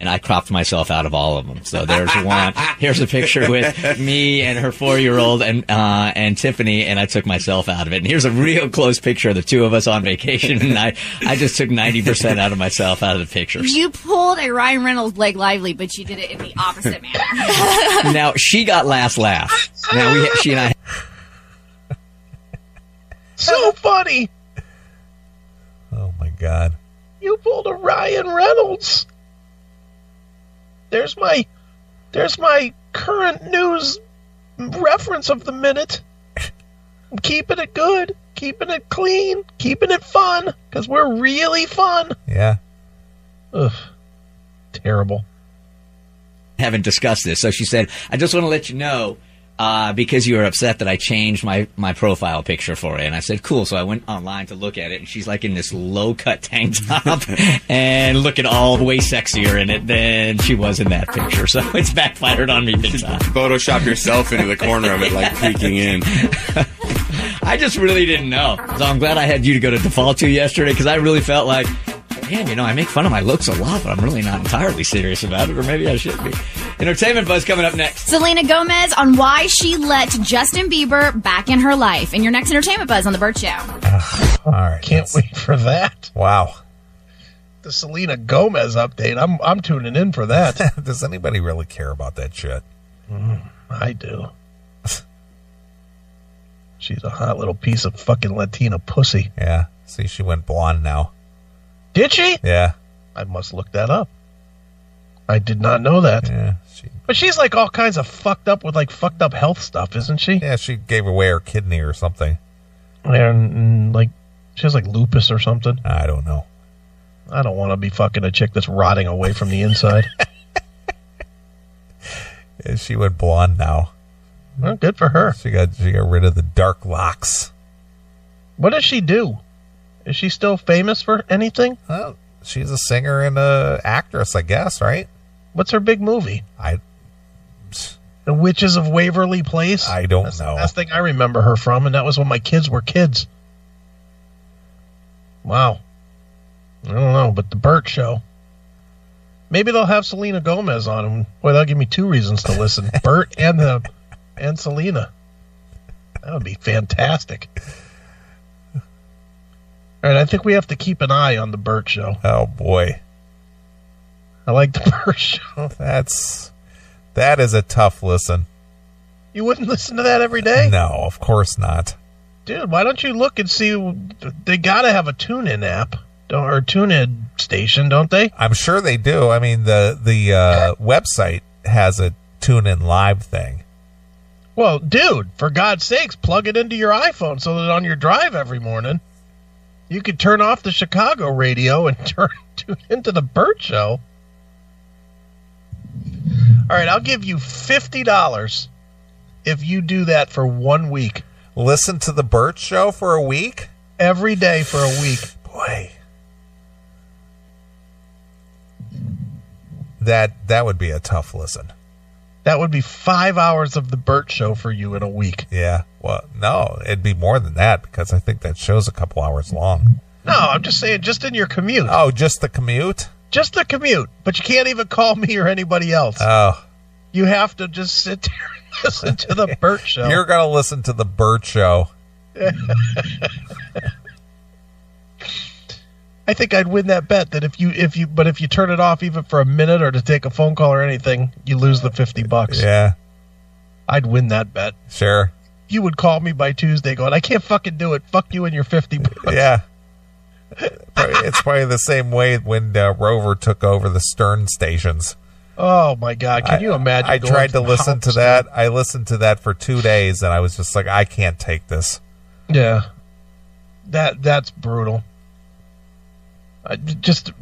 E: and I cropped myself out of all of them. So there's one. Here's a picture with me and her four year old and uh, and Tiffany, and I took myself out of it. And here's a real close picture of the two of us on vacation, and I I just took ninety percent out of myself out of the pictures.
G: You pulled a Ryan Reynolds Blake Lively, but you did it in the opposite manner.
E: now she got last laugh. Now we she and I
C: So funny.
B: Oh my god.
C: You pulled a Ryan Reynolds. There's my there's my current news reference of the minute. I'm keeping it good, keeping it clean, keeping it fun, because we're really fun.
B: Yeah.
C: Ugh. Terrible.
E: haven't discussed this. So she said, I just want to let you know, uh, because you were upset that I changed my, my profile picture for it. And I said, cool. So I went online to look at it and she's like in this low cut tank top and looking all way sexier in it than she was in that picture. So it's backfired on me big time.
F: Photoshop yourself into the corner of it, like peeking in.
E: I just really didn't know. So I'm glad I had you to go to default to yesterday because I really felt like, damn, you know, I make fun of my looks a lot, but I'm really not entirely serious about it, or maybe I should be. Entertainment Buzz coming up next.
G: Selena Gomez on why she let Justin Bieber back in her life. In your next entertainment buzz on the Bird Show.
B: All right.
C: Can't
B: that's-
C: wait for that.
B: Wow.
C: The Selena Gomez update. I'm I'm tuning in for that.
B: Does anybody really care about that shit?
C: I do. She's a hot little piece of fucking Latina pussy.
B: Yeah. See, she went blonde now.
C: Did she?
B: Yeah.
C: I must look that up. I did not know that.
B: Yeah. She.
C: But she's like all kinds of fucked up with like fucked up health stuff, isn't she?
B: Yeah, she gave away her kidney or something.
C: And, and, like she has like lupus or something.
B: I don't know.
C: I don't want to be fucking a chick that's rotting away from the inside.
B: Yeah, She went blonde now.
C: well, good for her.
B: She got she got rid of the dark locks.
C: What does she do? Is she still famous for anything?
B: Well, she's a singer and a actress, I guess, right?
C: What's her big movie?
B: I
C: The Witches of Waverly Place.
B: I don't
C: That's
B: know.
C: the last thing I remember her from, and that was when my kids were kids. Wow. I don't know, but the Burt Show. Maybe they'll have Selena Gomez on, and boy, that'll give me two reasons to listen: Bert and the and Selena. That would be fantastic. All right, I think we have to keep an eye on the Burt Show.
B: Oh boy,
C: I like the Burt Show.
B: that's that is a tough listen.
C: You wouldn't listen to that every day.
B: No, of course not.
C: dude why don't you look and see they gotta have a tune in app don't, or tune in station don't they
B: I'm sure they do. I mean the the uh, website has a tune in live thing.
C: well dude for god's sakes plug it into your iphone so that on your drive every morning you could turn off the chicago radio and turn tune into the bird show all right i'll give you $50 if you do that for one week
B: Listen to the Burt Show for a week.
C: every day for a week
B: Boy, that that would be a tough listen.
C: that would be five hours of the burt show for you in a week
B: Yeah, Well, no, it'd be more than that because I think that show's a couple hours long.
C: No, I'm just saying, just in your commute,
B: Oh, just the commute?
C: just the commute. But you can't even call me or anybody else.
B: Oh,
C: you have to just sit there and listen to the Burt show.
B: you're going to listen to the Bird Show.
C: I think I'd win that bet that if you if you but if you turn it off even for a minute or to take a phone call or anything, you lose the fifty bucks.
B: Yeah,
C: I'd win that bet.
B: sure.
C: You would call me by Tuesday going, I can't fucking do it. Fuck you and your fifty bucks.
B: Yeah. Probably- it's probably the same way when uh, Rover took over the Stern stations.
C: Oh my god. Can you imagine?
B: I
C: going
B: tried to
C: the
B: listen to
C: house?
B: that. I listened to that for two days, and I was just like, I can't take this.
C: Yeah. That that's brutal. I, j- just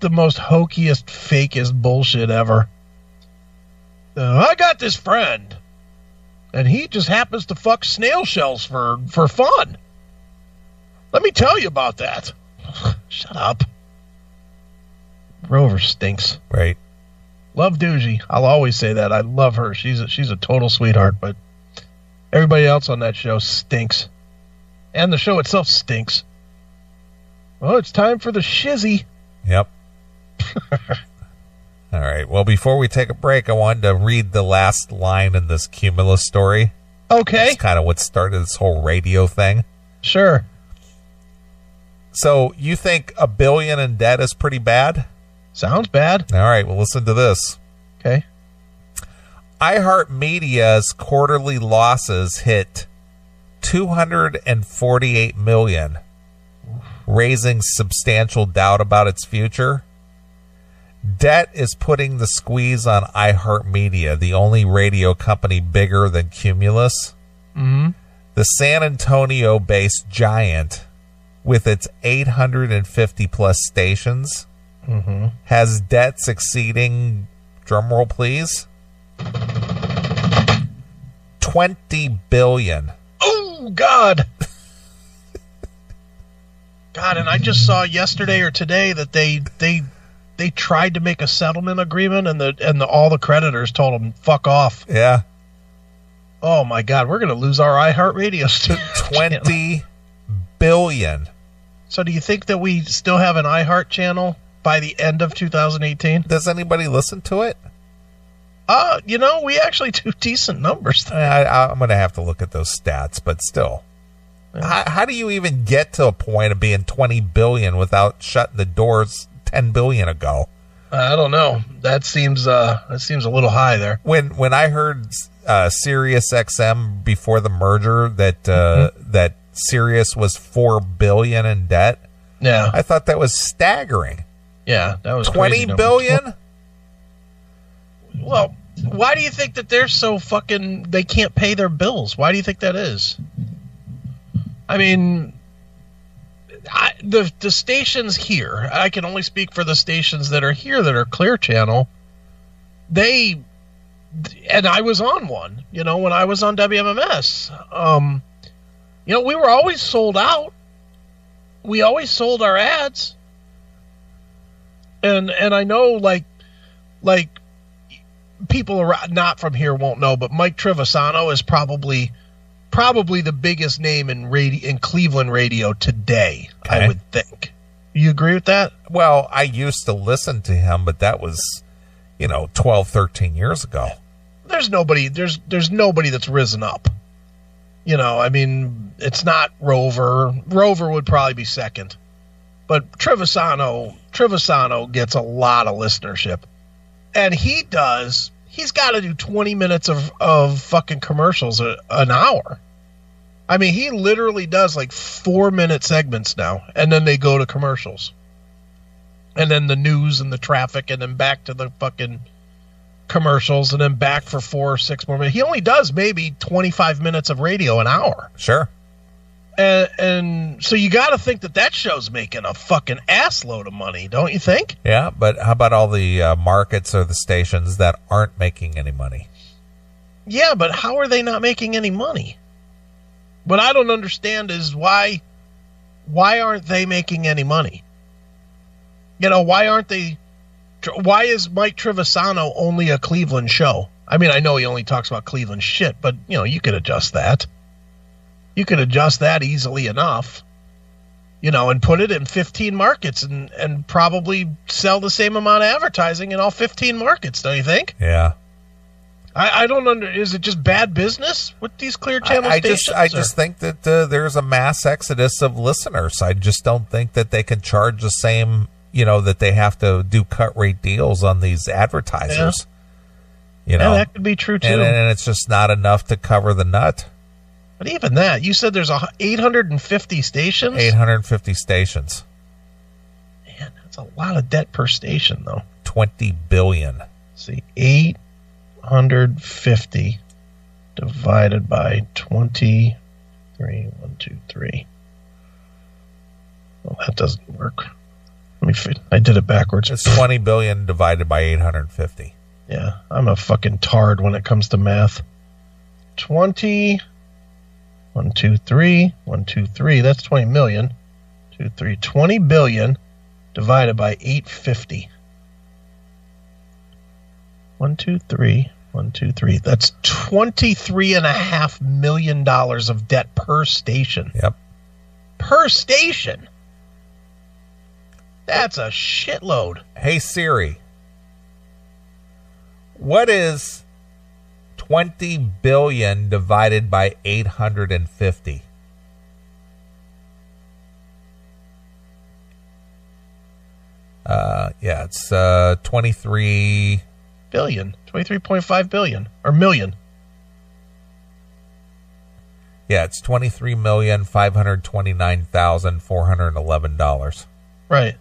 C: the most hokiest, fakest bullshit ever. Uh, I got this friend, and he just happens to fuck snail shells for for fun. Let me tell you about that. Shut up. Rover stinks.
B: Right?
C: Love Doogie. I'll always say that. I love her. She's a, she's a total sweetheart, but everybody else on that show stinks. And the show itself stinks. Well, it's time for the shizzy.
B: Yep. All right. Well, before we take a break, I wanted to read the last line in this Cumulus story.
C: Okay,
B: It's kind of what started this whole radio thing.
C: sure.
B: So, you think a billion in debt is pretty bad?
C: Sounds bad.
B: All right. Well, listen to this.
C: Okay.
B: iHeartMedia's quarterly losses hit 248 million, raising substantial doubt about its future. Debt is putting the squeeze on iHeartMedia, the only radio company bigger than Cumulus. The San Antonio based giant, with its 850 plus stations, has debts exceeding, drumroll please, 20 billion.
C: Oh God. God, and I just saw yesterday or today that they they they tried to make a settlement agreement, and the and the, all the creditors told them fuck off.
B: Yeah.
C: Oh my God, we're gonna lose our iHeartRadio studio.
B: 20 billion.
C: So do you think that we still have an iHeart channel by the end of 2018?
B: Does anybody listen to it?
C: Uh, you know, we actually do decent numbers.
B: I, I, I'm going to have to look at those stats, but still. How, how do you even get to a point of being 20 billion without shutting the doors 10 billion ago?
C: I don't know. That seems uh that seems a little high there.
B: When when I heard uh, Sirius XM before the merger that uh,
C: Mm-hmm.
B: that Sirius was 4 billion in debt,
C: Yeah.
B: I thought that was staggering.
C: yeah, that was crazy
B: Twenty
C: number.
B: billion?
C: Well, why do you think that they're so fucking they can't pay their bills? Why do you think that is? I mean, I, the the stations here, I can only speak for the stations that are here that are Clear Channel. They and I was on one, you know, when I was on WMMS. Um, you know, we were always sold out. We always sold our ads. And and I know like like people around, not from here won't know, but Mike Trevisano is probably probably the biggest name in radio in Cleveland radio today.
B: Okay.
C: I would think. You agree with that?
B: Well, I used to listen to him, but that was, you know, 12, 13 years ago.
C: there's nobody there's there's nobody that's risen up. You know, I mean, it's not Rover. Rover would probably be second. But Trevisano Trevisano gets a lot of listenership. And he does he's gotta do twenty minutes of, of fucking commercials a, an hour. I mean, he literally does like four minute segments now, and then they go to commercials. And then the news and the traffic and then back to the fucking commercials and then back for four or six more minutes. He only does maybe 25 minutes of radio an hour.
B: Sure.
C: And, and so you got to think that that show's making a fucking ass load of money, don't you think?
B: Yeah, but how about all the uh, markets or the stations that aren't making any money?
C: Yeah, but how are they not making any money? What I don't understand is why why aren't they making any money? You know, why aren't they why is Mike Trevisano only a Cleveland show? I mean, I know he only talks about Cleveland shit, but you know, you could adjust that. you could adjust that easily enough, you know, and put it in 15 markets and, and probably sell the same amount of advertising in all 15 markets, don't you think?
B: Yeah.
C: I, I don't under. Is it just bad business with these clear channel
B: I, I
C: stations?
B: just I
C: or-
B: just think that uh, there's a mass exodus of listeners. I just don't think that they can charge the same, you know, that they have to do cut rate deals on these advertisers. You
C: yeah,
B: know,
C: that could be true too.
B: and, and it's just not enough to cover the nut.
C: but even that, you said there's a hu- 850 stations.
B: 850 stations,
C: Man, that's a lot of debt per station, though.
B: 20 billion.
C: see, 850 divided by 23. 1, 2, 3. Well, that doesn't work. Let me. fi- I did it backwards.
B: It's 20 billion divided by 850.
C: Yeah, I'm a fucking tard when it comes to math. 20. 1, 2, 3. 1, 2, 3. That's 20 million. 2, 3. 20 billion divided by 850. 1, 2, 3. 1, 2, 3. That's $23.5 million dollars of debt per station.
B: Yep.
C: Per station! That's a shitload.
B: Hey Siri, what is 20 billion divided by 850? Uh, yeah, it's uh 23
C: Billion. 23.5 billion. Or million.
B: yeah, it's twenty three million five hundred twenty nine thousand four hundred eleven dollars.
C: Right.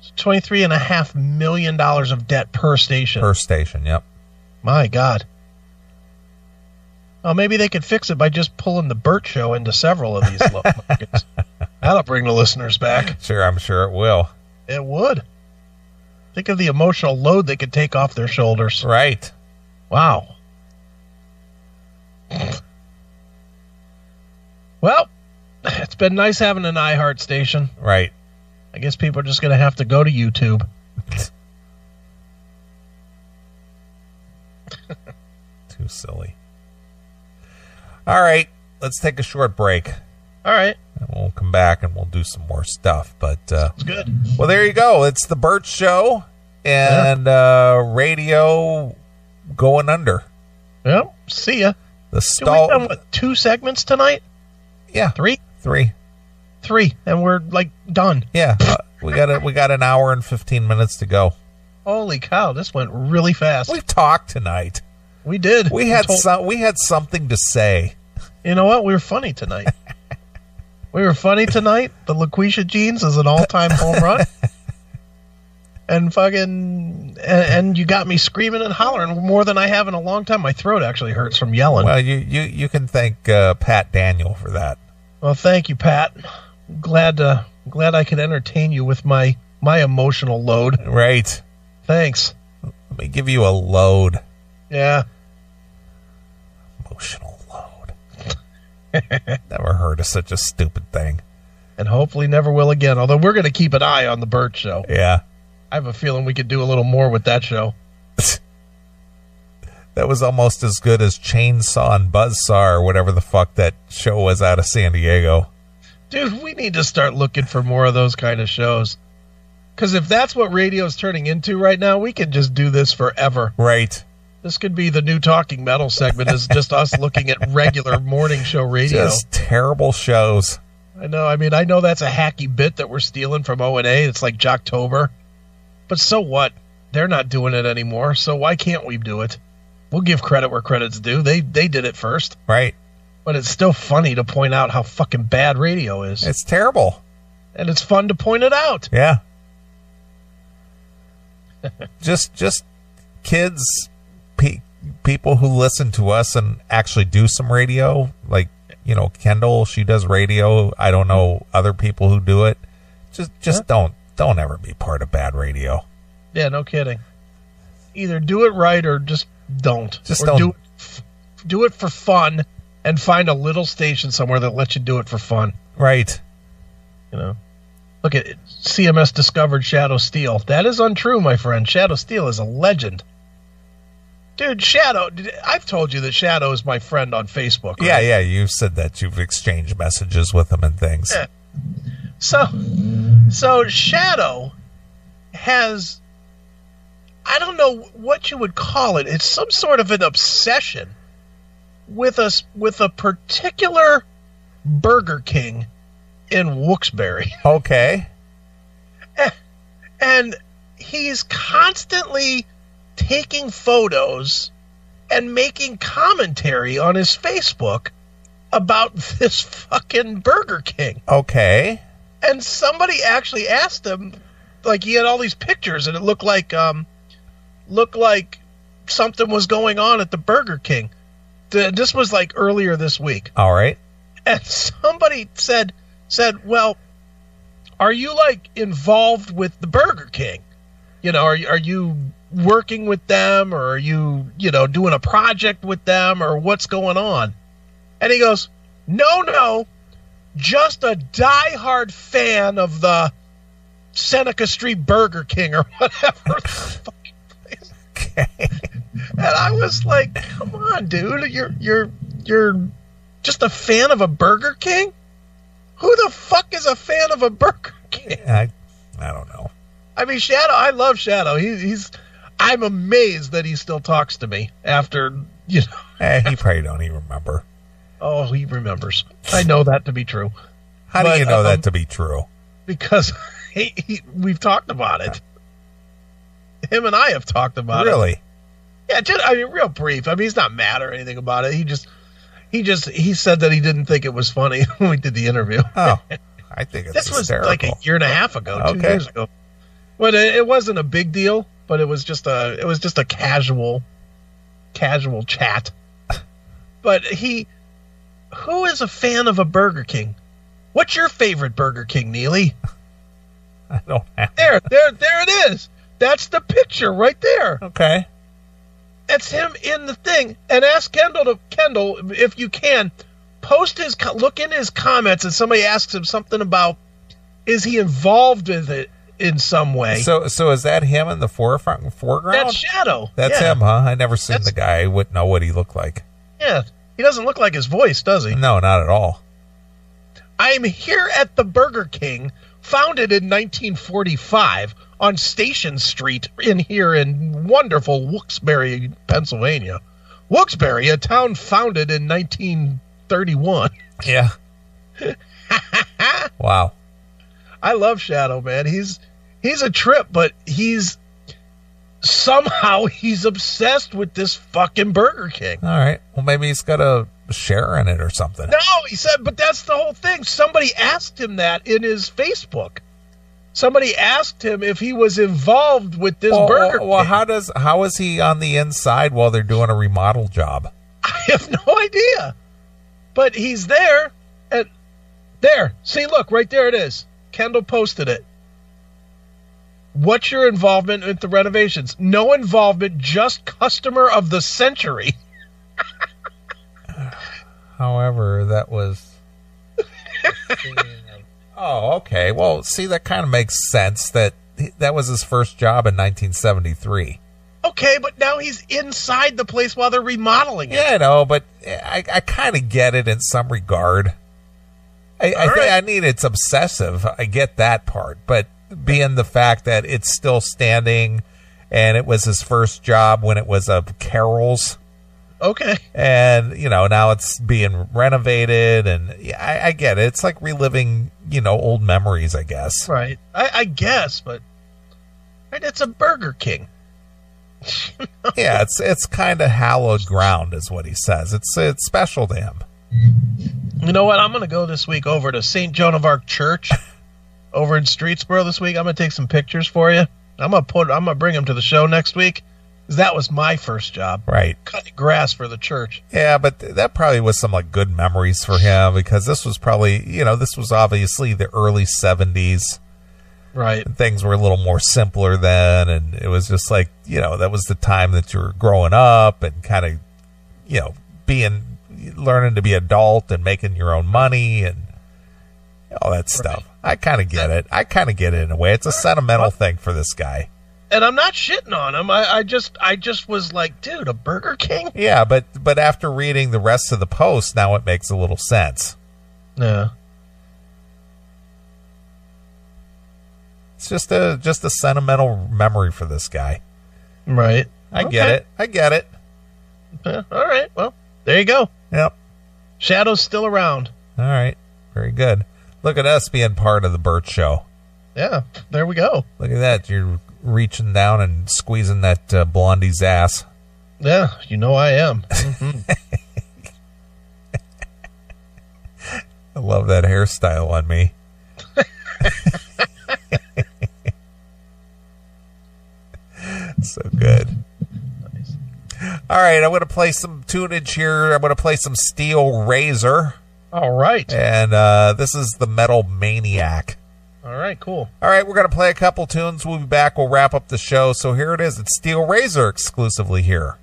C: It's Twenty-three and a half million dollars of debt per station.
B: Per station, yep.
C: My God. Well, maybe they could fix it by just pulling the Burt Show into several of these lo- markets. That'll bring the listeners back.
B: Sure, I'm sure it will.
C: It would. Think of the emotional load they could take off their shoulders.
B: Right.
C: Wow. Well, it's been nice having an iHeart station.
B: Right.
C: I guess people are just going to have to go to YouTube.
B: Too silly. All right, let's take a short break.
C: All right.
B: And we'll come back and we'll do some more stuff. But uh,
C: It's good.
B: well, there you go. It's the Burt Show and uh, radio going under
C: Well, see ya.
B: the
C: Do we done
B: stall.
C: with two segments tonight?
B: Yeah,
C: Three?
B: three.
C: Three. And we're like done.
B: Yeah, uh, we got it. We got an hour and fifteen minutes to go.
C: Holy cow, this went really fast.
B: We've talked tonight.
C: We did.
B: We had
C: told-
B: some. We had something to say.
C: You know what? We were funny tonight. we were funny tonight. The LaQuisha Jeans is an all time home run. And fucking, and, and you got me screaming and hollering more than I have in a long time. My throat actually hurts from yelling.
B: Well, you you you can thank uh, Pat Daniel for that.
C: Well, thank you, Pat. Glad, uh, glad I could entertain you with my my emotional load.
B: Right.
C: Thanks.
B: Let me give you a load.
C: Yeah.
B: Emotional load. Never heard of such a stupid thing.
C: and hopefully never will again. Although we're going to keep an eye on the Burt Show.
B: Yeah.
C: I have a feeling we could do a little more with that show.
B: That was almost as good as Chainsaw and Buzzsaw or whatever the fuck that show was out of San Diego.
C: Dude, we need to start looking for more of those kind of shows. Because if that's what radio's turning into right now, we could just do this forever.
B: Right.
C: This could be the new talking metal segment, is just us looking at regular morning show radio.
B: Just terrible shows.
C: I know. I mean, I know that's a hacky bit that we're stealing from O and A. It's like Jocktober, but so what? They're not doing it anymore, so why can't we do it? We'll give credit where credit's due. They they did it first,
B: Right.
C: but it's still funny to point out how fucking bad radio is,
B: It's terrible.
C: and it's fun to point it out.
B: Yeah. just just kids pe- people who listen to us and actually do some radio like you know Kendall she does radio I don't know other people who do it just just don't don't ever be part of bad radio
C: Yeah, no kidding. Either do it right or just don't.
B: Just
C: or
B: don't.
C: do it, f- do it for fun, and find a little station somewhere that lets you do it for fun.
B: right
C: you know look at cms discovered shadow steel that is untrue my friend shadow steel is a legend dude, Shadow. d- I've told you that Shadow is my friend on Facebook. right?
B: Yeah, yeah. You've said that you've exchanged messages with him and things.
C: Yeah. So, so Shadow has, I don't know what you would call it. It's some sort of an obsession with us with a particular Burger King in Wooksbury,
B: Okay.
C: and he's constantly taking photos and making commentary on his Facebook about this fucking Burger King.
B: Okay.
C: and somebody actually asked him like he had all these pictures and it looked like um looked like something was going on at the burger king Th- this was like earlier this week
B: All right.
C: and somebody said said well are you like involved with the burger king you know are, you- are you working with them or are you you know doing a project with them or what's going on and he goes no no just a diehard fan of the Seneca Street Burger King or whatever. the fucking place. and I was like, "Come on, dude! You're you're you're just a fan of a Burger King? Who the fuck is a fan of a Burger King?"
B: I, I don't know.
C: I mean, Shadow. I love Shadow. He, he's. I'm amazed that he still talks to me after you know.
B: Eh, he probably don't even remember.
C: Oh, he remembers. I know that to be true.
B: How do
C: But,
B: you know
C: um,
B: that to be true?
C: because he, he, we've talked about it. Him and I have talked about it.
B: Really?
C: Yeah, just I mean, real brief. I mean, he's not mad or anything about it. He just, he just, he said that he didn't think it was funny when we did the interview.
B: Oh, I think it's
C: this was
B: hysterical.
C: like a year and a half ago, two
B: Okay.
C: years ago. But it, it wasn't a big deal. But it was just a, it was just a casual, casual chat. But he, who is a fan of a Burger King? What's your favorite Burger King, Neely?
B: I don't have.
C: There, there, there it is. That's the picture right there.
B: Okay.
C: That's him in the thing. And ask Kendall to Kendall if you can post his co- look in his comments and somebody asks him something about is he involved with it in some way?
B: So, so is that him in the forefront foreground?
C: That's Shadow.
B: That's
C: Yeah,
B: him, huh? I never seen
C: That's-
B: the guy. I wouldn't know what he looked like.
C: Yeah. He doesn't look like his voice, does he?
B: No, not at all.
C: I'm here at the Burger King, founded in 1945 on Station Street in here in wonderful Wilkes-Barre, Pennsylvania. Wilkes-Barre, a town founded in 1931.
B: Yeah. wow.
C: I love Shadow, man. He's he's a trip, but he's somehow he's obsessed with this fucking Burger King.
B: All right. Well, maybe he's got a share in it or something.
C: No, he said, but that's the whole thing. Somebody asked him that in his Facebook. Somebody asked him if he was involved with this
B: well,
C: Burger
B: well, well,
C: King.
B: how does how is he on the inside while they're doing a remodel job?
C: I have no idea. But he's there, and there. See, look, right there it is. Kendall posted it. What's your involvement with the renovations? No involvement, just customer of the century.
B: However, that was. oh, okay. Well, see, that kind of makes sense. That that was his first job in 1973.
C: Okay, but now he's inside the place while they're remodeling it.
B: Yeah, I know, but I, I kind of get it in some regard. I, I
C: All
B: think
C: right.
B: I mean it's obsessive. I get that part, but being the fact that it's still standing, and it was his first job when it was a Carol's.
C: Okay.
B: and you know now it's being renovated and yeah, I, I get it it's like reliving you know old memories i guess
C: Right. I, I guess, but right, it's a Burger King.
B: yeah it's it's kind of hallowed ground is what he says it's it's special to him
C: You know what? I'm going to go this week over to St. Joan of Arc Church over in Streetsboro this week. I'm going to take some pictures for you. I'm going to put I'm going to bring them to the show next week 'cause that was my first job,
B: right
C: cutting grass for the church.
B: yeah but th- that probably was some like good memories for him because this was probably you know this was obviously the early 70s
C: Right.
B: things were a little more simpler then and it was just like you know that was the time that you were growing up and kind of you know being learning to be adult and making your own money and all that stuff i kind of get it i kind of get it in a way it's a sentimental thing for this guy
J: and I'm not shitting on him. I, I just I just was like, dude, a Burger King?
B: Yeah, but but after reading the rest of the post, now it makes a little sense.
J: Yeah.
B: It's just a just a sentimental memory for this guy.
J: Right.
B: I get
J: Okay.
B: it. I get it.
J: Yeah, all right. Well, there you go.
B: Yep.
J: Shadow's still around.
B: All right. Very good. Look at us being part of the Burt Show.
J: Yeah. There we go.
B: Look at that. You're reaching down and squeezing that uh, blondie's ass.
J: Yeah. You know I am.
B: I love that hairstyle on me. so good. All right, I'm going to play some tunage here. I'm going to play some Steel Razor,
J: all right.
B: and uh, this is the Metal Maniac.
J: All right. Cool.
B: All right, we're going to play a couple tunes. We'll be back. We'll wrap up the show. So here it is. It's Steel Razor exclusively here.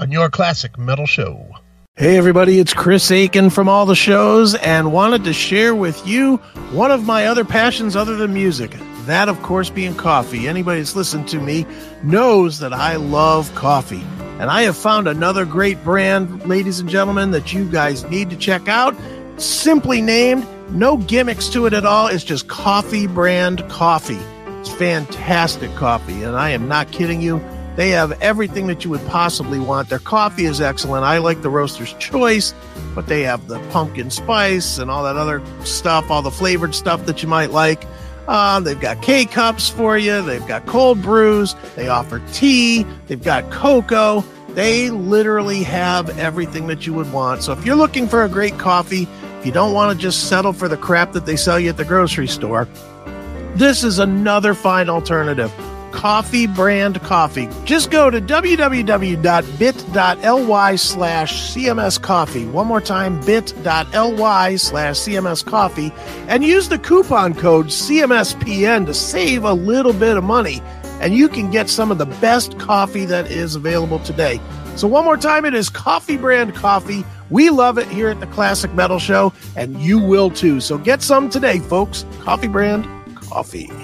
J: On your classic metal show.
C: Hey, everybody, it's Chris Aiken from all the shows, and wanted to share with you one of my other passions other than music. That, of course, being coffee. Anybody that's listened to me knows that I love coffee. And I have found another great brand, ladies and gentlemen, that you guys need to check out. Simply named, no gimmicks to it at all. It's just coffee brand coffee. It's fantastic coffee, and I am not kidding you. They have everything that you would possibly want. Their coffee is excellent. I like the roaster's choice, but they have the pumpkin spice and all that other stuff, all the flavored stuff that you might like. Uh, they've got K cups for you, they've got cold brews, they offer tea, they've got cocoa. They literally have everything that you would want. So if you're looking for a great coffee, if you don't want to just settle for the crap that they sell you at the grocery store, this is another fine alternative. Coffee brand coffee. Just go to www.bit.ly slash CMS coffee. One more time, bit.ly slash CMS coffee, and use the coupon code CMSPN to save a little bit of money. And you can get some of the best coffee that is available today. So, one more time, it is Coffee Brand Coffee. We love it here at the Classic Metal Show, and you will too. So, get some today, folks. Coffee Brand coffee.